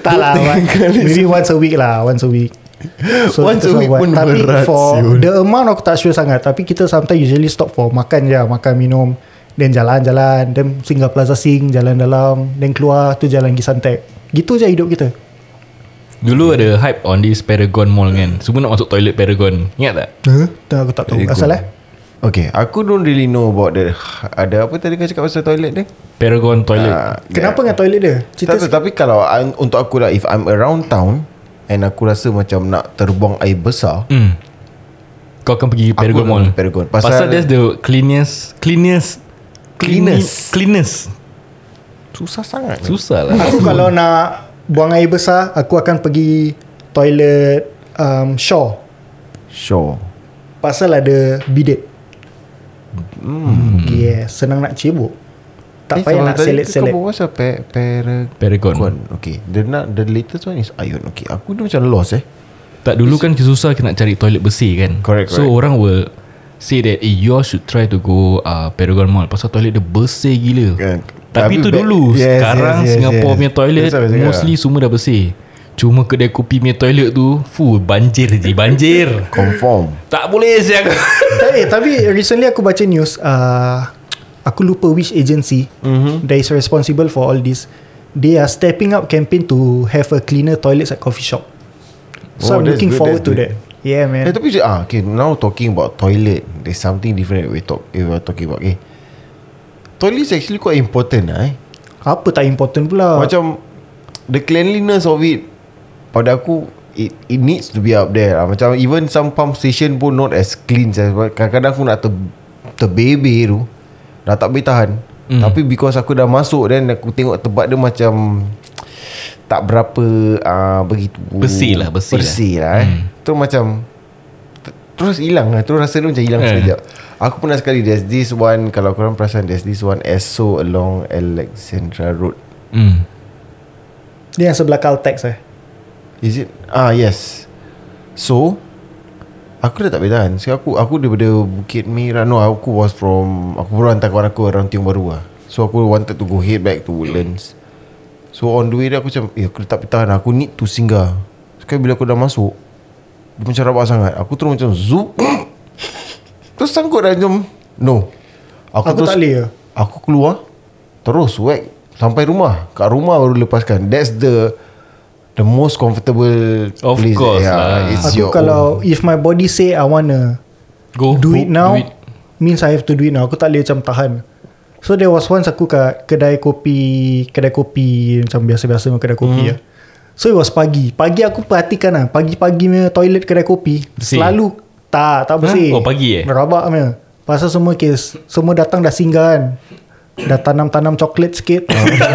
C: tak lah
B: Dua,
C: one-
B: tiga kali
C: maybe once a week lah once a week so
B: Once a
C: kita
B: week
C: buat.
B: pun
C: tapi
B: berat,
C: for
B: siul.
C: the amount aku tak sure sangat tapi kita sometimes usually stop for makan je lah, makan minum then jalan-jalan then singgah plaza sing jalan dalam then keluar tu jalan pergi Suntec gitu je hidup kita
D: Dulu ada hype on this Paragon Mall kan Semua nak masuk toilet Paragon Ingat tak?
C: Huh? Tu aku tak tahu
B: Very good.
C: Asal eh
B: Okay Aku don't really know about the Ada apa tadi kau cakap pasal toilet dia?
D: Paragon toilet
B: Ah,
C: Kenapa dengan toilet dia
B: Tak
C: Cerita
B: tahu, tapi kalau I'm- untuk aku lah If I'm around town And aku rasa macam nak terbuang air besar
D: Hmm. Kau akan pergi
B: Aku
D: Paragon
B: akan
D: Mall
B: pergi Paragon.
D: Pasal,
B: Pasal-
D: Pasal that's the cleanest Cleanest
B: Cleanest.
D: Cleanest
B: Susah sangat
D: Susah lah
C: Aku kalau nak Buang air besar Aku akan pergi Toilet um, Shaw
B: Sure
C: Pasal ada bidet hmm. Yeah Senang nak cebok Tak payah
B: Eh, kalau
C: nak
B: tadi Kau
C: selet-selet
B: berbual pasal pe- Paragon
D: Paragon.
B: Okay the, na- the latest one is Ion Okay Aku dah macam lost eh
D: Tak dulu kan susah nak cari toilet bersih kan
B: Correct,
D: So
B: correct.
D: orang will Say that eh, You all should try to go uh, Paragon Mall Pasal toilet dia bersih gila
B: Kan.
D: Tapi
B: Tapi
D: tu
B: back-
D: dulu
B: Yes,
D: Sekarang
B: yes, yes,
D: Singapore
B: yes.
D: punya toilet
B: That's what I cakap.
D: Mostly semua dah bersih Cuma kedai kopi punya toilet tu Fuh banjir je Banjir
B: Confirm
D: Tak boleh siang
C: Ta- eh, tapi recently aku baca news uh, aku lupa which agency
B: Mhm.
C: mm-hmm. that is responsible for all this they are stepping up campaign to have a cleaner toilets at coffee shop
B: Oh,
C: so oh, I'm
B: that's
C: looking
B: good,
C: forward
B: that's
C: to
B: good.
C: that yeah
B: Eh,
C: man
B: tapi ah, okay, now talking about toilet, there's something different we talk we were talking about. Okay. Toilet is actually quite important lah eh.
C: apa tak important
D: Ah.
C: pula
B: Macam the cleanliness of it pada aku it, it needs to be up there lah. Macam even some pump station pun not as clean as kadang-kadang aku nak ter, terbebe tu dah tak boleh tahan. Mm.
D: Hmm.
B: Tapi because aku dah masuk then aku tengok tempat dia macam tak berapa uh, begitu
D: Bersih lah, bersih lah.
B: bersih lah, eh. Mm. Terus macam ter- terus hilang lah. Terus rasa tu macam hilang
D: Eh.
B: yeah. sekejap. Aku pernah sekali there's this one kalau korang perasan there's this one ESO along Alexandra Road.
D: hmm.
C: dia yang sebelah Caltex eh
B: Is it? Ah yes. So aku dah tak boleh tahan. So aku aku daripada Bukit Merah. No, aku was from aku baru hantar kawan aku around Tiong Bahru lah. So aku wanted to go head back to Woodlands. So on the way dia aku macam eh aku dah tak boleh tahan. Aku need to singgah. Sekali bila aku dah masuk dia macam rabak sangat. Aku terus macam zoop. terus sangkut dah macam no.
C: Aku tak boleh ke?
B: Aku keluar Terus whack Sampai rumah Kat rumah baru lepaskan That's the The most comfortable
D: Of
B: place
D: course lah.
B: It's
C: aku
B: your
C: kalau if my body say I wanna
D: Go
C: do it now do
D: Do
C: it. means I have to do it now aku tak boleh macam tahan so there was once aku kat kedai kopi kedai kopi macam biasa-biasa punya kedai
D: Hmm.
C: kopi lah so it was pagi pagi aku perhatikan lah pagi-pagi punya toilet kedai kopi
D: Bersih.
C: selalu tak tak bersih
D: Oh, pagi eh?
C: merabak punya pasal semua kes semua datang dah singgah kan dah tanam-tanam coklat sikit
D: Oh.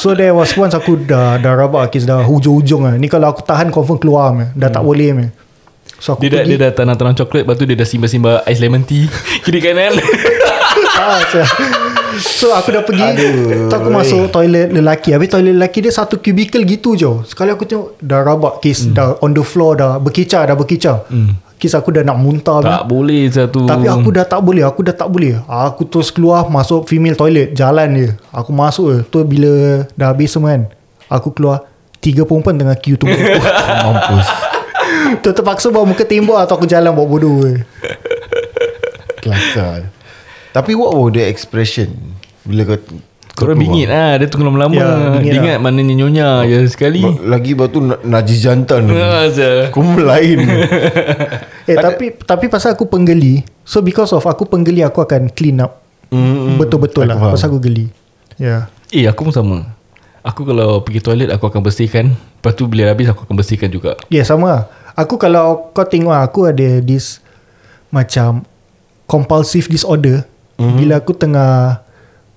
C: So there was once aku dah dah rabak kes dah hujung-hujung ah. Ni kalau aku tahan confirm keluar meh. Dah tak boleh meh. So aku
D: Hmm. Dia dah,
C: pergi
D: dia dah tanam-tanam coklat Lepas tu dia dah simba-simba Ais lemon tea Kiri kanan
C: Ah, so, so aku dah pergi Aduh, aku masuk toilet lelaki Habis toilet lelaki dia satu cubicle gitu je Sekali aku tengok Dah rabak
D: Hmm.
C: kes Dah on the floor dah Berkicau dah berkicau Kes aku dah nak muntah man.
D: Tak boleh satu
C: Tapi aku dah tak boleh Aku dah tak boleh Aku terus keluar Masuk female toilet Jalan je Aku masuk je Tu bila Dah habis semua kan Aku keluar Tiga perempuan tengah queue tunggu aku.
B: Mampus
C: Tu terpaksa bawa muka tembok Atau aku jalan bawa bodoh je.
B: Kelakar Tapi what was the expression Bila kau
D: Korang
B: kau
D: bingit
B: keluar?
D: lah Dia tunggu lama-lama
C: Ya, bingit
D: Dia
C: lah.
D: ingat mananya nyonya Je sekali
B: Ba- Lagi lepas tu na- najis jantan
D: Ah, Zah.
B: Kau melain
C: Eh tapi tapi pasal aku penggeli So because of aku penggeli Aku akan clean up Betul-betul lah
B: faham.
C: Pasal aku geli Ya
D: Eh aku pun sama Aku kalau pergi toilet Aku akan bersihkan Lepas tu bila habis Aku akan bersihkan juga
C: yeah. yeah, sama lah Aku kalau kau tengok lah, Aku ada this Macam Compulsive disorder
D: Mm-hmm.
C: Bila aku tengah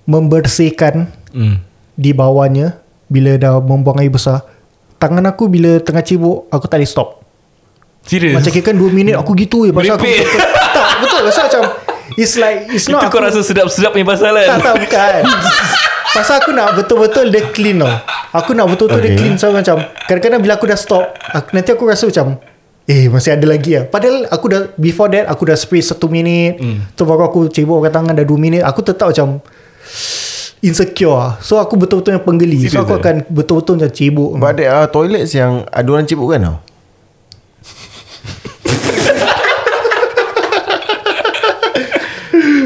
C: Membersihkan
D: hmm.
C: Di bawahnya Bila dah membuang air besar Tangan aku bila tengah cibuk Aku tak boleh stop
D: Serius
C: Macam kira kan 2 minit aku gitu je Pasal aku
D: Eh. Merepek.
C: Tak betul Pasal macam It's like It's
D: Itu
C: not
D: kau
C: aku-
D: rasa sedap-sedap ni pasal
C: Tak
D: kan
C: tak bukan Pasal aku nak betul-betul dia clean tau Aku nak betul-betul okay. dia
B: Okay.
C: clean So macam Kadang-kadang bila aku dah stop aku, Nanti aku rasa macam Eh masih ada lagi lah Padahal aku dah Before that Aku dah spray satu minit mm. Tu baru aku cebok pakai tangan Dah dua minit Aku tetap macam Insecure lah So aku betul-betul yang penggeli So
D: Serius
C: aku
D: eh?
C: akan Betul-betul macam cebok
B: Hmm. But there are toilets yang Ada orang ciput kan tau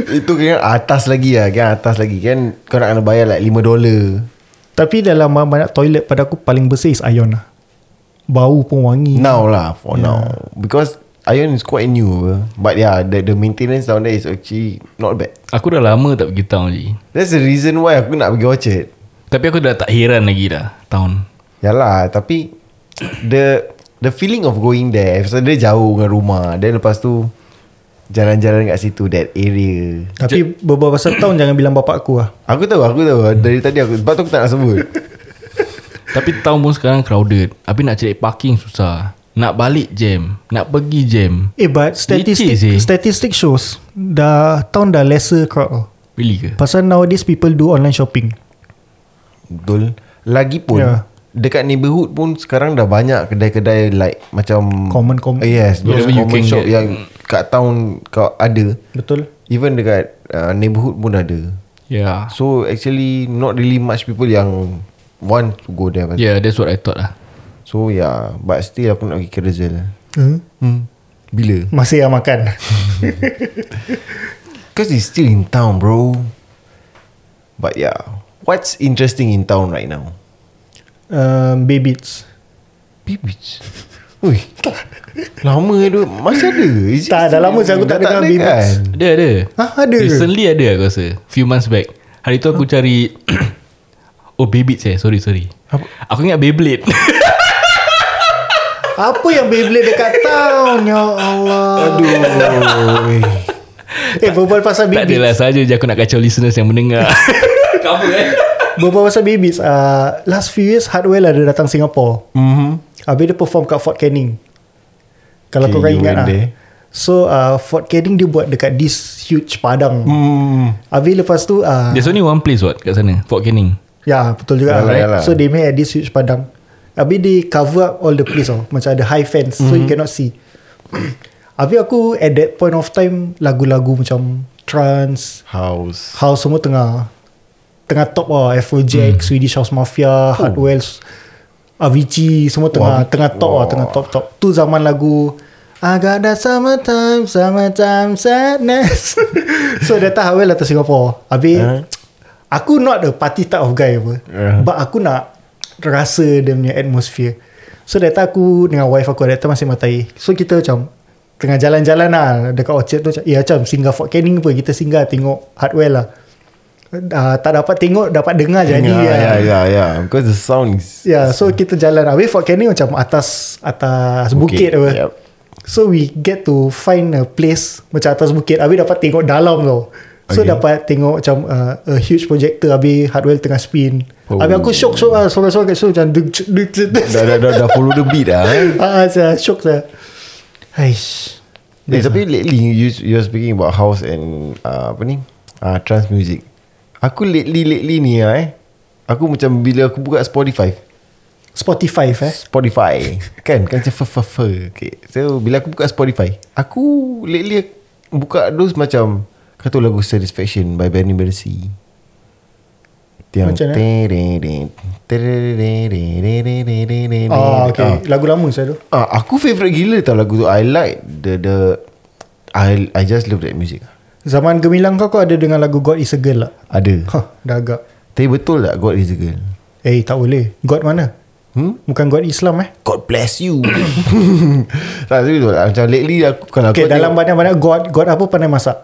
B: Itu kira atas lagi lah Kan atas lagi kan Kau nak kena bayar like 5 dolar
C: Tapi dalam banyak toilet Pada aku paling besar is Ion lah Bau pun wangi
B: Now lah For yeah. now Because Iron is quite new apa. But yeah the, the maintenance down there Is actually Not bad
D: Aku dah lama tak pergi town lagi
B: That's the reason why Aku nak pergi Orchard
D: Tapi aku dah tak heran lagi dah Town
B: Yalah Tapi The The feeling of going there Pasal dia jauh dengan rumah Then lepas tu Jalan-jalan kat situ That area
C: Tapi beberapa tahun Jangan bilang bapak aku lah
B: Aku tahu Aku tahu Dari tadi aku Sebab tu aku tak nak sebut
D: Tapi town pun sekarang crowded Tapi nak cari parking susah Nak balik jam Nak pergi jam
C: Eh but statistic
D: Leceh
B: eh?
D: seh.
C: statistic shows dah town dah lesser crowd. tau.
D: Really ke?
C: Pasal nowadays people do online shopping.
B: Betul Lagipun
C: Ya.
B: yeah. Dekat neighborhood pun Sekarang dah banyak Kedai-kedai like Macam
C: Common- common.
B: Yes those
D: Whatever you
B: Common
D: can
B: shop
D: get.
B: Yang kat town Kau ada
C: Betul.
B: Even dekat uh, Neighborhood pun ada
D: Yeah
B: So actually Not really much people yang want to go there. Yeah.
D: Yeah that's what I thought lah
B: So yeah, but still aku nak pergi kerja lah.
C: Hmm?
B: Bila?
C: Masih yang makan
B: Because it's still in town, bro. But yeah, what's interesting in town right now?
C: um, Babies
B: Bibits. Ui, lama tu masih ada. Is it
C: Tak, dah
B: still-
C: lama saya aku
B: dah
C: tak dengar
B: ada kan?
C: Bibits.
D: Ada ada
C: Hah, Ha, ada ke?
D: Recently ada aku rasa Few months back Hari tu aku cari Oh Beyblade eh Sorry sorry Aku ingat Beyblade
C: Apa yang Beyblade dekat town Ya Allah
B: Aduh.
C: Eh berbual pasal
D: Tak adalah
C: babies
D: saja je aku nak kacau listeners yang mendengar Cover eh
C: Berbual pasal babies uh, Last few years Hardwell ada datang Singapore
B: mm-hmm.
C: Habis dia perform kat Fort Canning Kalau
B: Okay,
C: korang
B: you
C: ingat
B: went
C: lah
B: there.
C: So uh, Fort Canning dia buat dekat this huge padang
B: Mm.
C: Habis lepas tu uh,
D: There's only one place what Kat sana Fort Canning
C: Ya betul juga
B: Yalah,
C: right?
B: yalah.
C: So they made at this huge padang Habis they cover up all the place oh. Macam ada high fence mm-hmm. So you
B: Mhm.
C: cannot see Habis aku at that point of time Lagu-lagu macam Trance
B: House.
C: House semua tengah Tengah top lah
B: Hmm.
C: Afrojack Swedish House
B: Oh.
C: Mafia Hardwell Avicii Semua tengah
B: Avicii,
C: Tengah top lah
B: wah.
C: Tengah top top Tu zaman lagu I got that summertime Summertime sadness So datang Hardwell datang Singapore Habis
B: Huh?
C: Aku not a party type of guy apa
B: Yeah.
C: But aku nak Rasa dia punya atmosphere So datang aku Dengan wife aku Datang masih matai So kita macam Tengah jalan-jalan lah Dekat Orchard tu macam, Ya macam singgah Fort Canning pun Kita singgah tengok Hardware lah uh, Tak dapat tengok Dapat dengar je
B: Yeah,
C: ni lah.
B: yeah, yeah, yeah. ya, Because the sound is
C: Yeah, Ya, so kita jalan away Fort Canning macam atas atas bukit,
B: Bukit,
C: apa.
B: yup.
C: So we get to find a place macam atas bukit. Abi dapat tengok dalam tau.
B: Okay.
C: So okay. dapat tengok macam uh, a huge projector Abi Hardwell tengah spin.
B: Oh.
C: Oh. Abi aku shock shock lah suara-suara kat situ macam duk duk, duk duk. duk.
B: dah, dah, dah, dah follow the beat lah. Eh?
C: Ah, ah, saya shock saya. Aish.
B: Eh, tapi
C: ah.
B: lately you you are speaking about house and uh, apa ni? Uh, trance music. Aku lately lately ni lah, eh. Aku macam bila aku buka Spotify,
C: Spotify eh.
B: Spotify kan kan macam fer fer fer. Okay. So bila aku buka Spotify, aku lately buka those macam kata lagu Satisfaction by Benny Bersi. Tiang
C: Macam mana?
B: terereng, terereng,
C: Ah, okay.
B: ah.
C: Lagu lama saya tu.
B: Ah, aku favourite gila tau lagu tu. I like the the I I just love that music.
C: Zaman gemilang kau kau ada dengan lagu God is a girl lah.
B: Ada.
C: Hah, dah agak.
B: Tapi betul tak God is a girl?
C: Eh, tak boleh. God mana?
B: Hmm?
C: Bukan God Islam eh.
B: God bless you. tak, tapi betul lah. Macam lately aku kalau
C: Okay,
B: aku
C: dalam
B: tengok-
C: banyak-banyak God God apa pandai masak?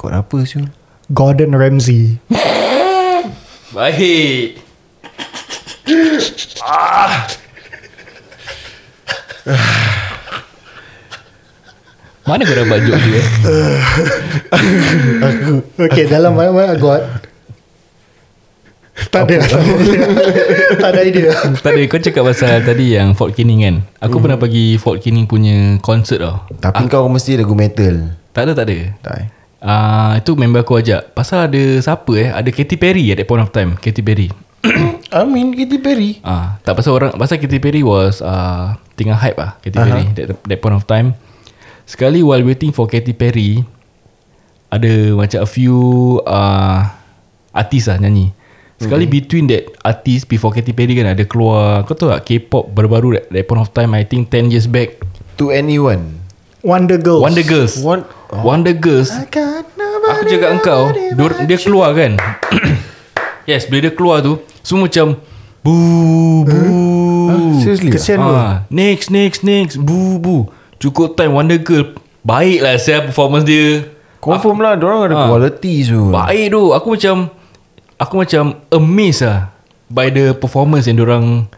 B: God apa Syul?
C: Gordon Ramsay.
D: Baik ah. Mana kau dapat joke tu eh
C: Okay, dalam banyak-banyak God. tak ada. tak ada. tak ada idea.
D: Tak ada kau cakap pasal tadi yang Fort Canning kan Aku pernah
B: Hmm.
D: pergi Fort Canning punya concert tau
B: Tapi kau mesti lagu metal.
D: Tak ada tak ada
B: Tak eh?
D: Ah uh, itu member aku ajak. Pasal ada siapa eh? Ada Katy Perry at that point of time. Katy Perry.
B: I mean Katy Perry.
D: Ah, uh, tak pasal orang pasal Katy Perry was uh, tengah hype ah Katy uh-huh. Perry that, that point of time. Sekali while waiting for Katy Perry ada macam a few uh, artis lah nyanyi. Sekali mm-hmm. between that artist before Katy Perry kan ada keluar kau tahu tak K-pop baru-baru that, that point of time I think 10 years back.
B: To anyone.
C: Wonder Girls.
D: Wonder Ah, Girls.
B: Won-
D: Wonder Girls Aku cakap engkau dia, dia keluar kan Yes bila dia keluar tu Semua macam Bu Bu
B: Seriously?
C: Kesian
D: ha,
C: tu.
D: Next next next Bu bu Cukup time Wonder Girl Baiklah saya performance dia
B: Confirm lah, diorang ada
D: Ah.
B: quality Syul.
D: Baik tu Aku macam Aku macam amazed lah By the performance yang orang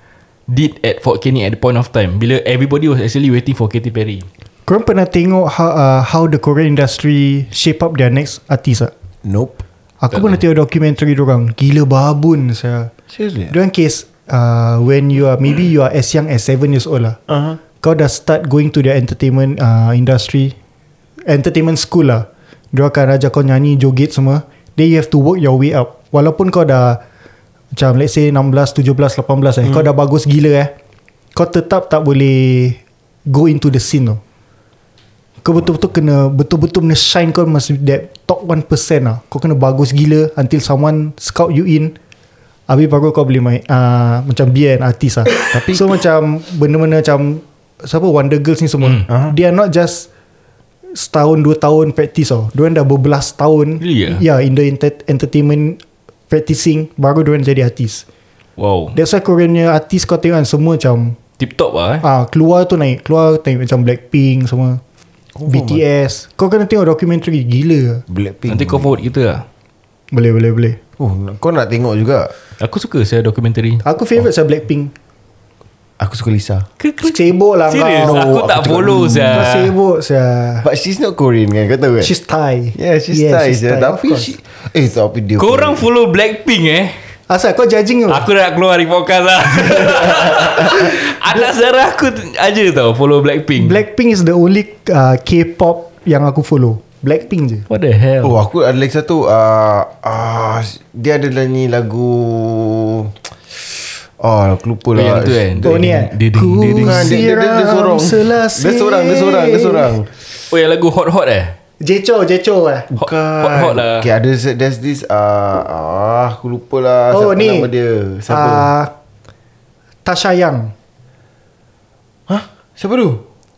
D: Did at Fort Canning at the point of time Bila everybody was actually waiting for Katy Perry
C: Korang pernah tengok how, uh, how the Korean industry shape up their next artist tak?
B: Nope.
C: Aku pernah tengok dokumentari orang Gila babun saya.
B: Seriously?
C: Diorang case uh, when you are maybe you are as young as 7 years old lah.
B: Uh-huh.
C: Kau dah start going to the entertainment uh, industry entertainment school lah. Dia akan ajar kau nyanyi, joget semua. Then you have to work your way up. Walaupun kau dah macam let's say 16, 17, 18 eh. Kau dah bagus gila eh. Kau tetap tak boleh go into the scene tu. Kau betul-betul kena Betul-betul punya shine kau Must be that Top 1% lah Kau kena bagus gila Until someone Scout you in Habis baru kau boleh main uh, Macam be an artist lah Tapi So macam Benda-benda macam Siapa Wonder Girls ni semua uh-huh. They are not just Setahun dua tahun practice tau Diorang dah berbelas tahun
D: Really, ah?
C: yeah, in the enter- entertainment Practicing Baru diorang jadi artis
D: Wow
C: That's why Koreannya artis kau tengok kan Semua macam
D: Tip top lah eh
C: Ah keluar tu naik keluar tengok macam Blackpink semua. BTS. Kau kena tengok dokumentari gila.
B: lah. Blackpink
D: Nanti kau forward kita lah
C: Boleh boleh boleh.
B: oh, Kau nak tengok juga
D: Aku suka saya dokumentari
B: Oh.
C: Aku favourite saya Blackpink.
B: Aku suka Lisa
C: Sibuk lah
D: Serius
C: kau.
D: Aku
B: aku
D: tak
B: tengok
D: follow
C: Kau
D: saya
C: sibuk saya.
B: But she's not Korean kan Kau tahu kan
C: She's Thai.
B: Yeah she's
C: Yeah,
B: Thai
C: she's
B: je.
C: Thai,
B: Tapi
C: of course.
B: she, Eh tapi dia
D: Korang follow Blackpink eh
C: Asal kau judging tu.
D: Aku dah keluar dari podcast lah Anak saudara aku aja tau Follow Blackpink
C: Blackpink is the only uh, K-pop yang aku follow. Blackpink je.
D: What the hell
B: Oh aku ada lagi satu uh, uh, Dia ada dalam ni lagu Oh aku lupa
D: Oh,
B: lah
D: yang tu kan
C: Oh ni kan.
D: Ding, ding,
C: Ku
D: ding, ding.
B: Bukan, dia, dia, dia, dia seorang
C: siram
B: Dia seorang Dia seorang Dia seorang
D: Oh yang lagu Hot Hot eh
C: Jecho, Jecho lah.
D: Hot Hot, hot lah
B: Okay ada There's this uh, ah, Aku lupa lah
C: Oh
B: siapa
C: ni.
B: Nama dia Siapa
C: Ah, Tasha Yang.
B: Hah? Siapa tu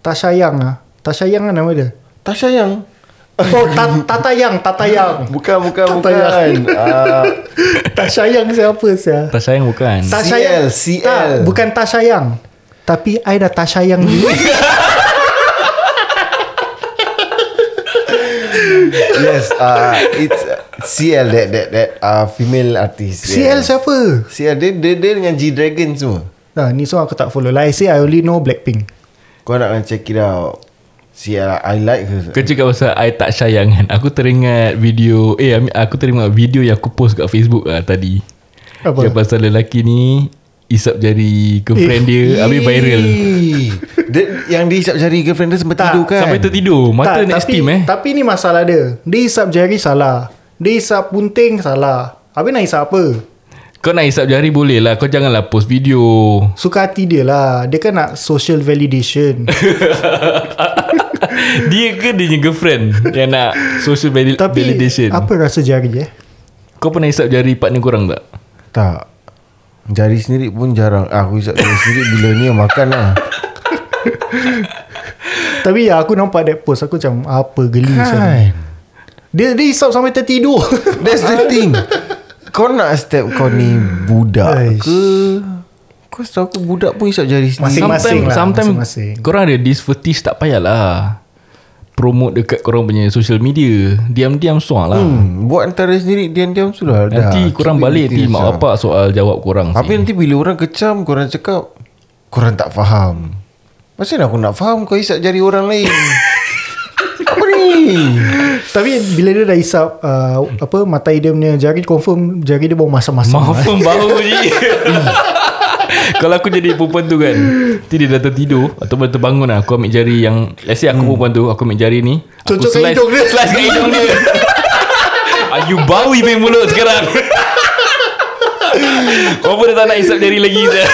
C: Tasha Yang ah. Tasha Yang kan nama dia.
B: Tasha yang
C: Oh ta, Tata Yang Tata Yang
B: Bukan bukan
C: Tak payah.
B: bukan Ah,
C: Tasha Yang siapa sia
D: Tak sayang bukan
B: CL,
C: Tasha Yang
B: CL.
C: Tak, Bukan Tasha Yang Tapi I dah Tasha Yang dulu
B: Yes uh, It's uh, CL That that that uh, Female artist
C: CL
B: yeah.
C: siapa
B: CL dia, dia, dia dengan G-Dragon semua
C: Nah, ni semua aku tak follow Like I say I only know Blackpink
B: Kau nak kena check it out CL I like her
D: Kau cakap pasal I tak sayang kan Aku teringat video Eh I mean, aku teringat video Yang aku post kat Facebook lah tadi
C: Apa? Eh.
D: Yang pasal lelaki ni Isap jari Girlfriend dia Habis viral
B: Ih, dia, Yang dia isap jari girlfriend dia Sampai
C: Tak,
B: tidur kan
D: Sampai tertidur Mata
C: tak,
D: next
C: tapi,
D: team eh
C: Tapi ni masalah dia Dia isap jari salah Dia isap punting salah Habis nak isap apa
D: Kau nak isap jari boleh lah Kau janganlah post video
C: Suka hati dia lah Dia kan nak social validation
D: Dia ke dia punya girlfriend Yang nak social valid-
C: Tapi
D: validation
C: Apa rasa jari eh
D: Kau pernah isap jari partner korang tak?
B: Tak Jari sendiri pun jarang ah, Aku isap jari sendiri Bila ni yang makan lah
C: Tapi ya aku nampak that post Aku macam Apa geli kan. Dia dia isap sampai tertidur
B: That's the thing Kau nak step kau ni Budak
C: Aish.
B: ke Kau setahu aku budak pun isap jari sendiri
C: Masih- Masing-masing
D: Sometime-
C: lah,
D: sometime
C: masing-masing.
D: Korang ada this fetish tak payahlah Promote dekat korang punya social media Diam-diam suar lah hmm,
B: Hmm, buat antara sendiri diam-diam sudah dah.
D: Nanti korang
B: Keep it
D: balik
B: between
D: Nanti mak
C: lah.
B: yourself.
D: bapak soal jawab korang
B: Habis nanti bila orang kecam Korang cakap Korang tak faham Macam mana aku nak faham Kau isap jari orang lain Apa ni
C: Tapi bila dia dah isap uh, apa matai dia punya jari confirm jari dia bau masam-masam.
D: Maafkan bau je Kalau aku jadi perempuan tu kan Nanti dia dah tertidur Atau dia terbangun lah Aku ambil jari yang Let's say aku hmm. perempuan tu Aku ambil jari ni aku
C: Cucuk kat
D: slice-
C: hidung dia.
D: Slice kat hidung dia Ah, You bawi main mulut sekarang Kau pun dah tak nak isap jari lagi dah.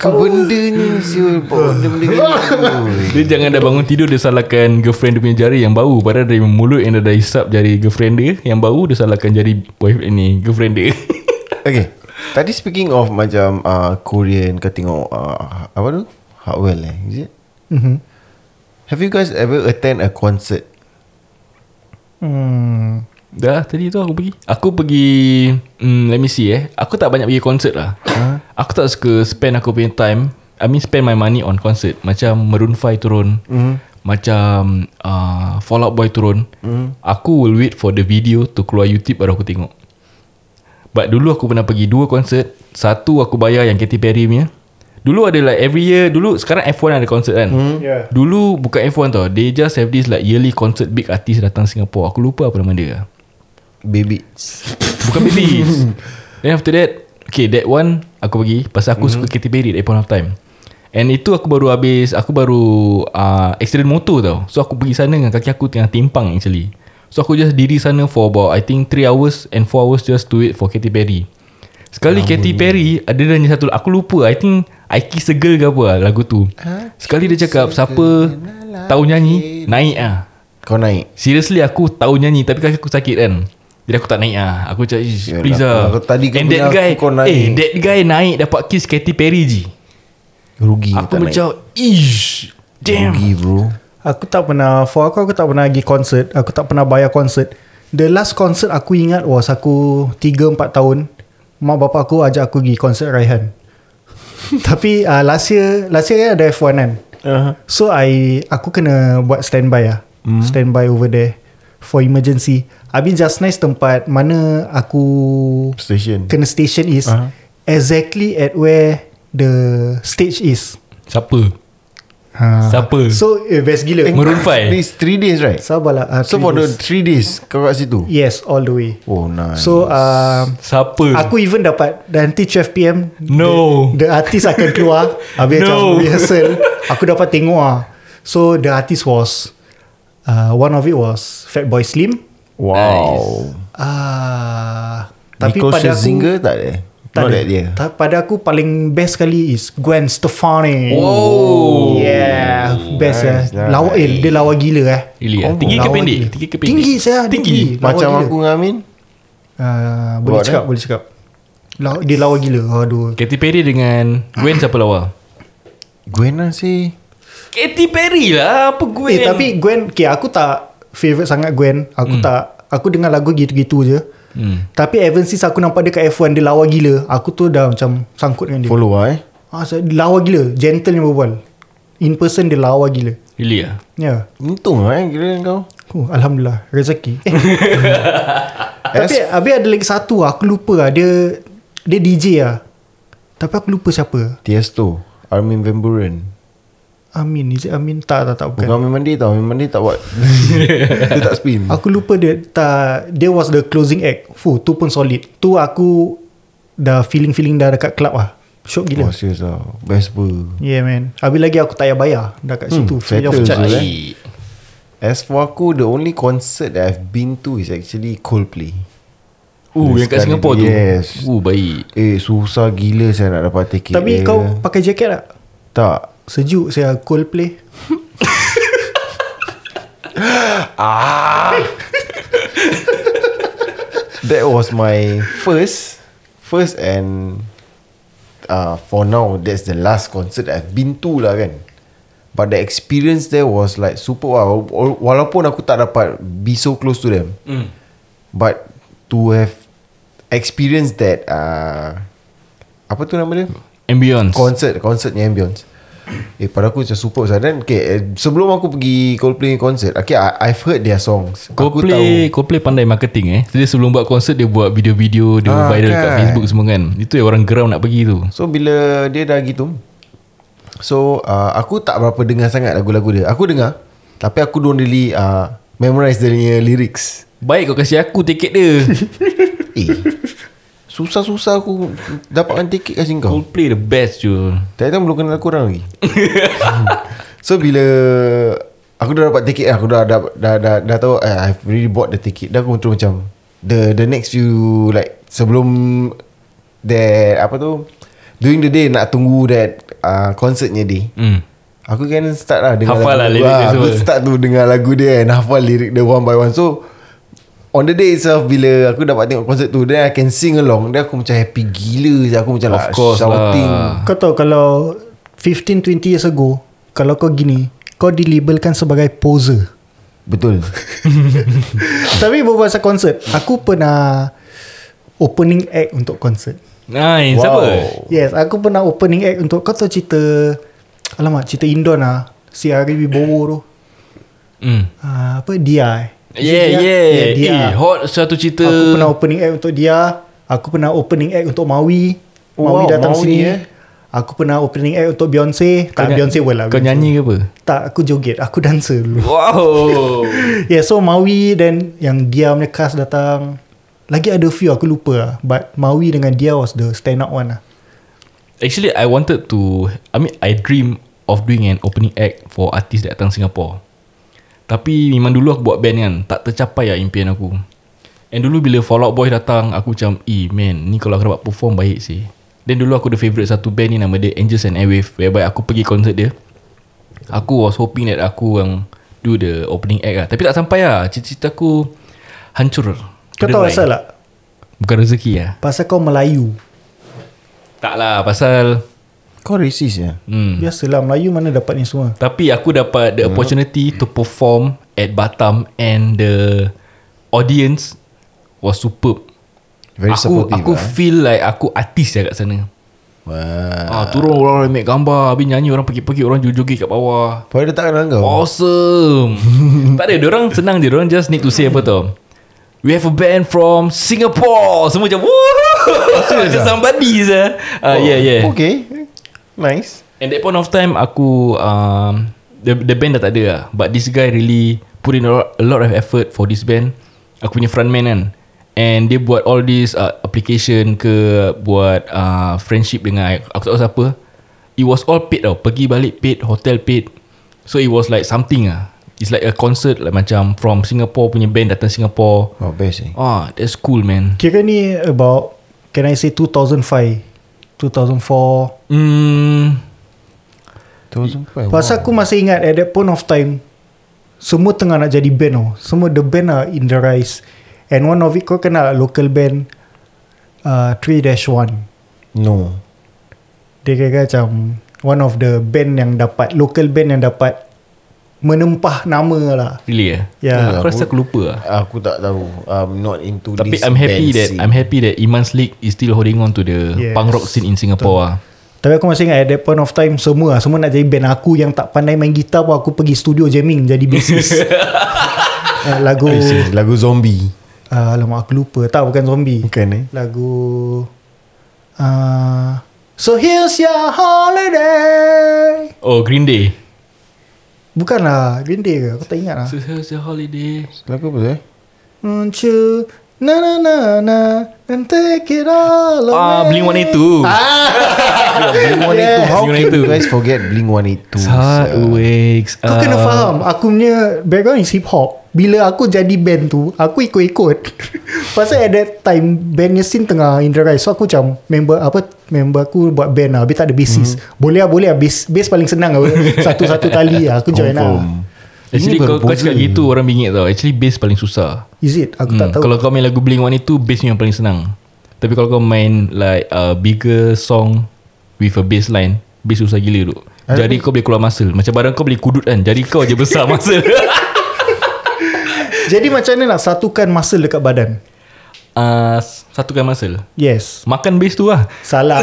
B: Kau benda ni Siul Benda-benda ni
D: Dia jangan dah bangun tidur Dia salahkan girlfriend dia punya jari yang bau Padahal dari mulut yang dah, dah isap jari girlfriend dia Yang bau dia salahkan jari boyfriend ni Girlfriend dia
B: Okay Tadi speaking of Macam uh, Korean Kau tengok uh, Apa tu Hardwell eh Is it
C: Mm-hmm.
B: Have you guys ever attend a concert
C: Hmm.
D: Dah tadi tu aku pergi Aku pergi mm, Let me see eh Aku tak banyak pergi konsert lah Aku tak suka spend aku punya time I mean spend my money on concert Macam Maroon 5 turun Macam uh, Fall Out Boy turun Aku will wait for the video To keluar YouTube baru aku tengok But dulu aku pernah pergi dua konsert Satu aku bayar yang Katy Perry punya Dulu ada like every year Dulu sekarang F1 ada konsert kan
C: Yeah.
D: Dulu bukan F1 tau They just have this like yearly concert Big artist datang Singapore Aku lupa apa nama dia
B: Baby
D: Bukan baby Then after that Okay that one Aku pergi Pasal aku mm-hmm. suka Katy Perry At that point of time And itu aku baru habis Aku baru uh, Accident motor tau So aku pergi sana Dengan kaki aku tengah timpang actually So aku just diri sana For about I think 3 hours And 4 hours Just do it for Katy Perry Sekali Katy Perry Ada dan satu Aku lupa I think I Kiss a Girl ke apa lah lagu tu Sekali dia cakap Siapa tahu nyanyi Naik ah.
B: Kau naik
D: Seriously aku tahu nyanyi Tapi kaki aku sakit kan Jadi aku tak naik ah. Aku cakap Ish,
B: Yalah,
D: please lah
B: kalau tadi kau
D: And that
B: bilang aku
D: guy
B: kau naik.
D: Eh that guy naik Dapat kiss Katy Perry je
B: Rugi
D: Aku
B: tak
D: macam Ish
B: naik.
D: Damn
B: Rugi bro
C: Aku tak pernah For aku aku tak pernah pergi konsert Aku tak pernah bayar konsert The last konsert aku ingat Was aku 3-4 tahun Mak bapak aku ajak aku pergi konsert Raihan Tapi uh, last year Last year kan ada F1 kan
B: uh-huh.
C: So I Aku kena buat standby lah mm. Standby over there For emergency Habis just nice tempat Mana aku
B: Station
C: Kena station is uh-huh. Exactly at where The stage is
D: Siapa
C: ha.
D: Siapa
C: So eh, best gila
D: Maroon five.
B: This 3 days right
C: Sabarlah uh,
B: So for the 3 days Kau kat situ
C: Yes all the way
B: Oh nice
C: So uh,
D: Siapa
C: Aku even dapat Nanti 12pm
D: No.
C: The, the artist akan keluar Habis
D: No.
C: no. macam rehearsal Aku dapat tengok ah. So the artist was uh, One of it was Fatboy Slim
B: Wow
C: Ah,
B: Tapi Nicole pada Scherzinger tak ada
C: tak
B: Not
C: ada.
B: that dia
C: Ta- pada aku paling best sekali is Gwen Stefani. Oh. Yeah, best
B: nice,
C: nice, eh.
B: nice.
C: Lawa eh, dia lawa gila eh.
D: Really ah?
C: Confirm
D: Tinggi ke
C: lawa
D: pendek?
C: gila.
D: Tinggi ke pendek?
C: Tinggi saya, tinggi. Lawa
B: Macam
C: gila.
B: aku dengan Amin
C: Ah, boleh
B: Buat,
C: cakap,
B: eh?
C: boleh cakap. Lawa, dia lawa gila. Aduh.
D: Katy Perry dengan Gwen siapa lawa
B: Gwen lah sih
D: Katy Perry lah Apa Gwen
C: Eh tapi Gwen okay, Aku tak Favourite sangat Gwen Aku hmm. tak Aku dengar lagu gitu-gitu je hmm. Tapi ever since aku nampak dia kat F1 Dia lawa gila Aku tu dah macam Sangkut dengan dia
B: Follow lah eh
C: ah, so, dia Lawa gila Gentle yang berbual In person dia lawa gila
D: Really ah?
C: Ya
B: Untung lah eh Kira kau
C: yeah. oh, Alhamdulillah Rezeki eh, Tapi habis ada lagi satu lah, Aku lupa lah Dia Dia DJ lah Tapi aku lupa siapa
B: Tiesto Armin Van Buren
C: Amin Is it Amin? Tak tak tak bukan,
B: Bukan Amin Mandi tau Amin Mandi tak buat Dia tak spin
C: Aku lupa dia tak, Dia was the closing act Fuh tu pun solid Tu aku Dah feeling-feeling dah dekat club lah Syok gila
B: Oh serius tau Best ber
C: Yeah man Habis lagi aku tak payah bayar Dah kat situ Free of
B: Hmm, settle
C: charge
B: je, eh. As for aku The only concert that I've been to Is actually Coldplay
D: Uh, yang
B: Sekali
D: kat Singapore tu.
B: Yes.
D: Uh, baik.
B: Eh susah gila saya nak dapat tiket
C: Tapi
B: dia.
C: kau pakai jaket tak?
B: Tak
C: Sejuk saya Coldplay
B: That was my first First and uh, For now That's the last concert I've been to lah kan But the experience there was like super wow. Walaupun aku tak dapat be so close to them, mm. but to have experienced that uh, apa tu nama dia?
D: Ambience.
B: Concert Concertnya ambience Eh pada aku macam super besar Dan okay, eh, Sebelum aku pergi Coldplay concert Okay I, I've heard their songs Aku
D: Coldplay Coldplay pandai marketing eh so, Dia sebelum buat konsert Dia buat video-video Dia
B: Ah,
D: viral
B: kan.
D: kat Facebook semua kan Itu yang orang geram nak pergi tu
B: So bila dia dah gitu So uh, aku tak berapa dengar sangat lagu-lagu dia Aku dengar Tapi aku don't really uh, Memorize dia punya lyrics
D: Baik kau kasih aku tiket dia
B: Eh Susah-susah aku Dapatkan tiket kasih kau
D: Coldplay the best je
B: Tak tahu belum kenal korang lagi So bila Aku dah dapat tiket Aku dah dah, dah, dah, dah tahu eh, I've really bought the ticket Dah aku terus macam The the next few Like Sebelum That Apa tu During the day Nak tunggu that uh, Concertnya dia
D: hmm.
B: Aku kan start lah dengar
D: Hafal lah
B: lagu,
D: lirik dia
B: aku
D: semua.
B: start tu dengar lagu dia and hafal lirik dia one by one. So on the day itself bila aku dapat tengok konsert tu then I can sing along then aku macam happy gila je. aku macam
D: Of
C: Ah,
B: lah
D: course
B: shouting.
D: lah
C: Kau tahu kalau 15-20 years ago Kalau kau gini Kau dilabelkan sebagai poser
B: Betul.
C: Tapi berbual pasal konsert Aku pernah Opening act untuk konsert
D: Nice wow. Siapa?
C: Yes, aku pernah opening act untuk kau tahu cerita alamak cerita Indon ah si Ari Wibowo tu.
D: Hmm.
C: Ah, apa dia? eh? Is it
D: Yeah
C: dia?
D: yeah,
C: yeah dia.
D: Eh, Hot satu cerita
C: Aku pernah opening act untuk dia. Aku pernah opening act untuk Maui.
B: Oh,
C: Maui
B: wow,
C: datang
B: Maui,
C: sini.
B: eh.
C: Aku pernah opening act untuk Beyonce.
D: Kau
C: Tak
D: nyanyi-
C: Beyonce pun lah.
D: Kau
C: Beyonce.
D: nyanyi ke apa?
C: Tak, aku joget. Aku dancer dulu.
D: Wow
C: Yeah, so Maui dan yang dia punya cast datang. Lagi ada few aku lupa lah. But Maui dengan dia was the stand out one lah.
D: Actually I wanted to I mean I dream Of doing an opening act For artist that datang Singapore Tapi memang dulu aku buat band kan Tak tercapai lah impian aku And dulu bila Fall Out Boy datang Aku macam Eh man Ni kalau aku dapat perform baik sih Then dulu aku ada favourite satu band ni Nama dia Angels and Airwave Whereby aku pergi konsert dia Aku was hoping that aku yang Do the opening act lah Tapi tak sampai lah Cita-cita aku Hancur
C: Kau tahu asal lah? tak?
D: Bukan rezeki lah
C: Pasal kau Melayu
D: Tak lah pasal
B: Kau racist ya?
D: hmm,
C: Biasalah Melayu mana dapat ni semua
D: Tapi aku
B: Hmm.
D: dapat the opportunity to perform at Batam and the audience was superb.
B: Very
D: aku
B: supportive
D: aku
B: lah, eh.
D: feel like aku artis lah kat sana.
B: Wah.
D: Ah, turun orang ambil gambar, habis nyanyi orang pergi-pergi orang joget-joget kat bawah.
B: Pada dia tak kenal kau?
D: Awesome. tak ada, orang senang je, orang just need to say apa tau. We have a band from Singapore. Semua macam
B: Oh,
D: woohoo. Macam somebody je. Ah, yeah, yeah.
B: Okay. Nice.
D: And that point of time Aku um, the, the band dah tak ada lah But this guy really Put in a lot, a lot of effort For this band Aku punya frontman kan And dia buat all this uh, Application ke Buat uh, Friendship dengan Aku tak tahu siapa It was all paid tau Pergi balik paid Hotel paid So it was like something ah. It's like a concert like Macam from Singapore punya band Datang Singapore
B: Oh, best eh.
D: Ah, that's cool man
C: Kira ni about Can I say 2005 2004
D: Hmm
B: Tu sampai.
C: Pasal aku masih ingat At that point of time Semua tengah nak jadi band tau Semua the band lah In the rise And one of it Kau kenal lah local band uh, 3-1
B: No.
C: Dia kira macam One of the band yang dapat Local band yang dapat Menempah nama lah
D: Really eh
C: Ya.
D: Aku rasa aku lupa lah
B: Aku tak tahu. I'm not into
D: Tapi
B: this
D: I'm happy
B: band
D: that
B: scene.
D: I'm happy that Iman's League is still holding on to the yes,
C: Yes,
D: punk rock scene in Singapore. Ah.
C: Tapi aku masih ingat At that point of time Semua lah, Semua nak jadi band Aku yang tak pandai main gitar pun Aku pergi studio jamming Jadi bassist uh, Lagu
B: Racist. Oh. Lagu zombie.
C: uh, Alamak aku lupa Tak bukan zombie
B: Bukan eh?
C: Lagu uh, So here's your holiday
D: Oh Green Day.
C: Bukan lah Green Day ke Aku tak ingat lah
D: So here's your holiday.
B: Lagu apa tu eh?
C: Won't you Na na na na And take it all away
D: Ah Blink 182. Ah,
B: Blink 182. How can
C: Yes.
D: Blink
B: you
D: 182.
B: guys forget Blink 182?
D: Heart wakes
C: Kau
D: up.
C: kena faham Aku punya background is hip hop Bila aku jadi band tu Aku ikut-ikut Pasal at that time Bandnya scene tengah in the rise So aku macam Member apa Member aku buat band lah Habis tak ada bassist
D: Hmm.
C: mm-hmm. Boleh lah boleh lah Bass, bass paling senang lah Satu-satu tali lah Aku join lah
B: Confirm. Ini
D: Actually kau, kau
B: berposer.
D: cakap gitu orang bingit tau. Actually bass paling susah.
C: Is it? Aku tak
D: Hmm,
C: tahu
D: kalau kau main lagu Blink 182 bass ni yang paling senang. Tapi kalau kau main like a bigger song with a bass line, bass susah gila tu. Jadi kau boleh keluar muscle. Macam badan kau boleh kudut kan. Jadi kau je besar muscle.
C: Jadi macam mana nak satukan muscle dekat badan?
D: Ah, satukan muscle.
C: Yes.
D: Makan bass tu lah.
C: Salah.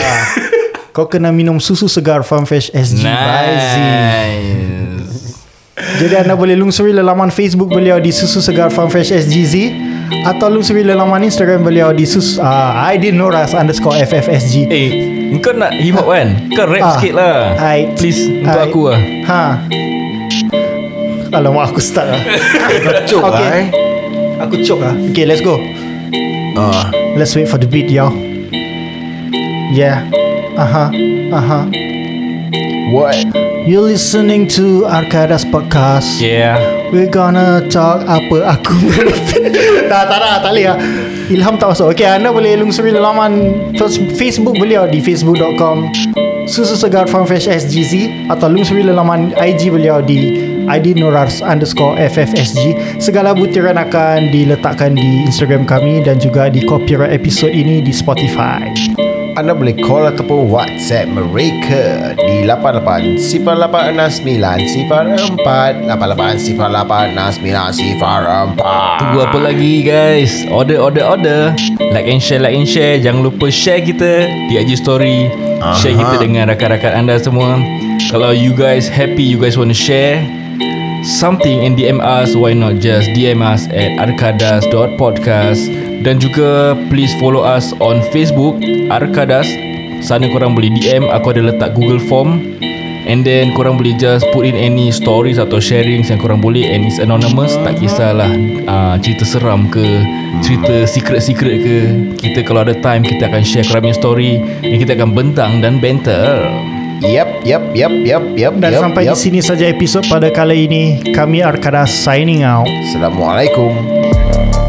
C: Kau kena minum susu segar Farmfresh SG by Z.
D: Nice.
C: Jadi anda boleh lungsuri lelaman Facebook beliau di Susu Segar Farmfresh SGZ atau lungsuri lelaman Instagram beliau di susu uh, ID Noras underscore FFSG.
D: Eh, kau nak hip hop kan? Kau rap
C: Ah.
D: sikit lah.
C: Hai.
D: Please, untuk
C: Hai.
D: aku lah.
C: Ha. Alamak aku start lah.
B: Kacau lah
C: Okay.
B: eh.
C: Aku cok lah. Okay, let's go.
B: Ah.
C: Let's wait for the beat, y'all. Yeah. Aha. Aha.
B: What?
C: You're listening to Arkadas Podcast.
D: Yeah.
C: We're gonna talk apa aku Tak tak nak tak boleh lah Ilham tak masuk Okay anda boleh lungsuri laman first- Facebook beliau di facebook.com Susu Segar Farmfresh SGZ Atau lungsuri laman IG beliau di ID Norars underscore FFSG Segala butiran akan diletakkan di Instagram kami Dan juga di copyright episode ini di Spotify
B: Anda boleh call ataupun WhatsApp mereka di 88 0869 04 88 0869 04.
D: Tunggu apa lagi guys? Order, order, order. Like and share, like and share. Jangan lupa share kita di IG story. Share
B: Aha.
D: kita dengan rakan-rakan anda semua. Kalau you guys happy, you guys want to share something and DM us, why not just DM us at arkadas.podcast dan juga please follow us on Facebook Arkadas. Sana korang boleh DM, aku ada letak Google Form And then korang boleh just put in any stories atau sharings yang korang boleh and it's anonymous tak kisahlah uh, cerita seram ke cerita secret-secret ke kita kalau ada time kita akan share korang punya story dan kita akan bentang dan banter
B: Yep, yep, yep, yep, yep.
C: Dan
B: yep,
C: sampai
B: yep.
C: di sini saja episod pada kali ini Kami Arkadas signing out
B: Assalamualaikum.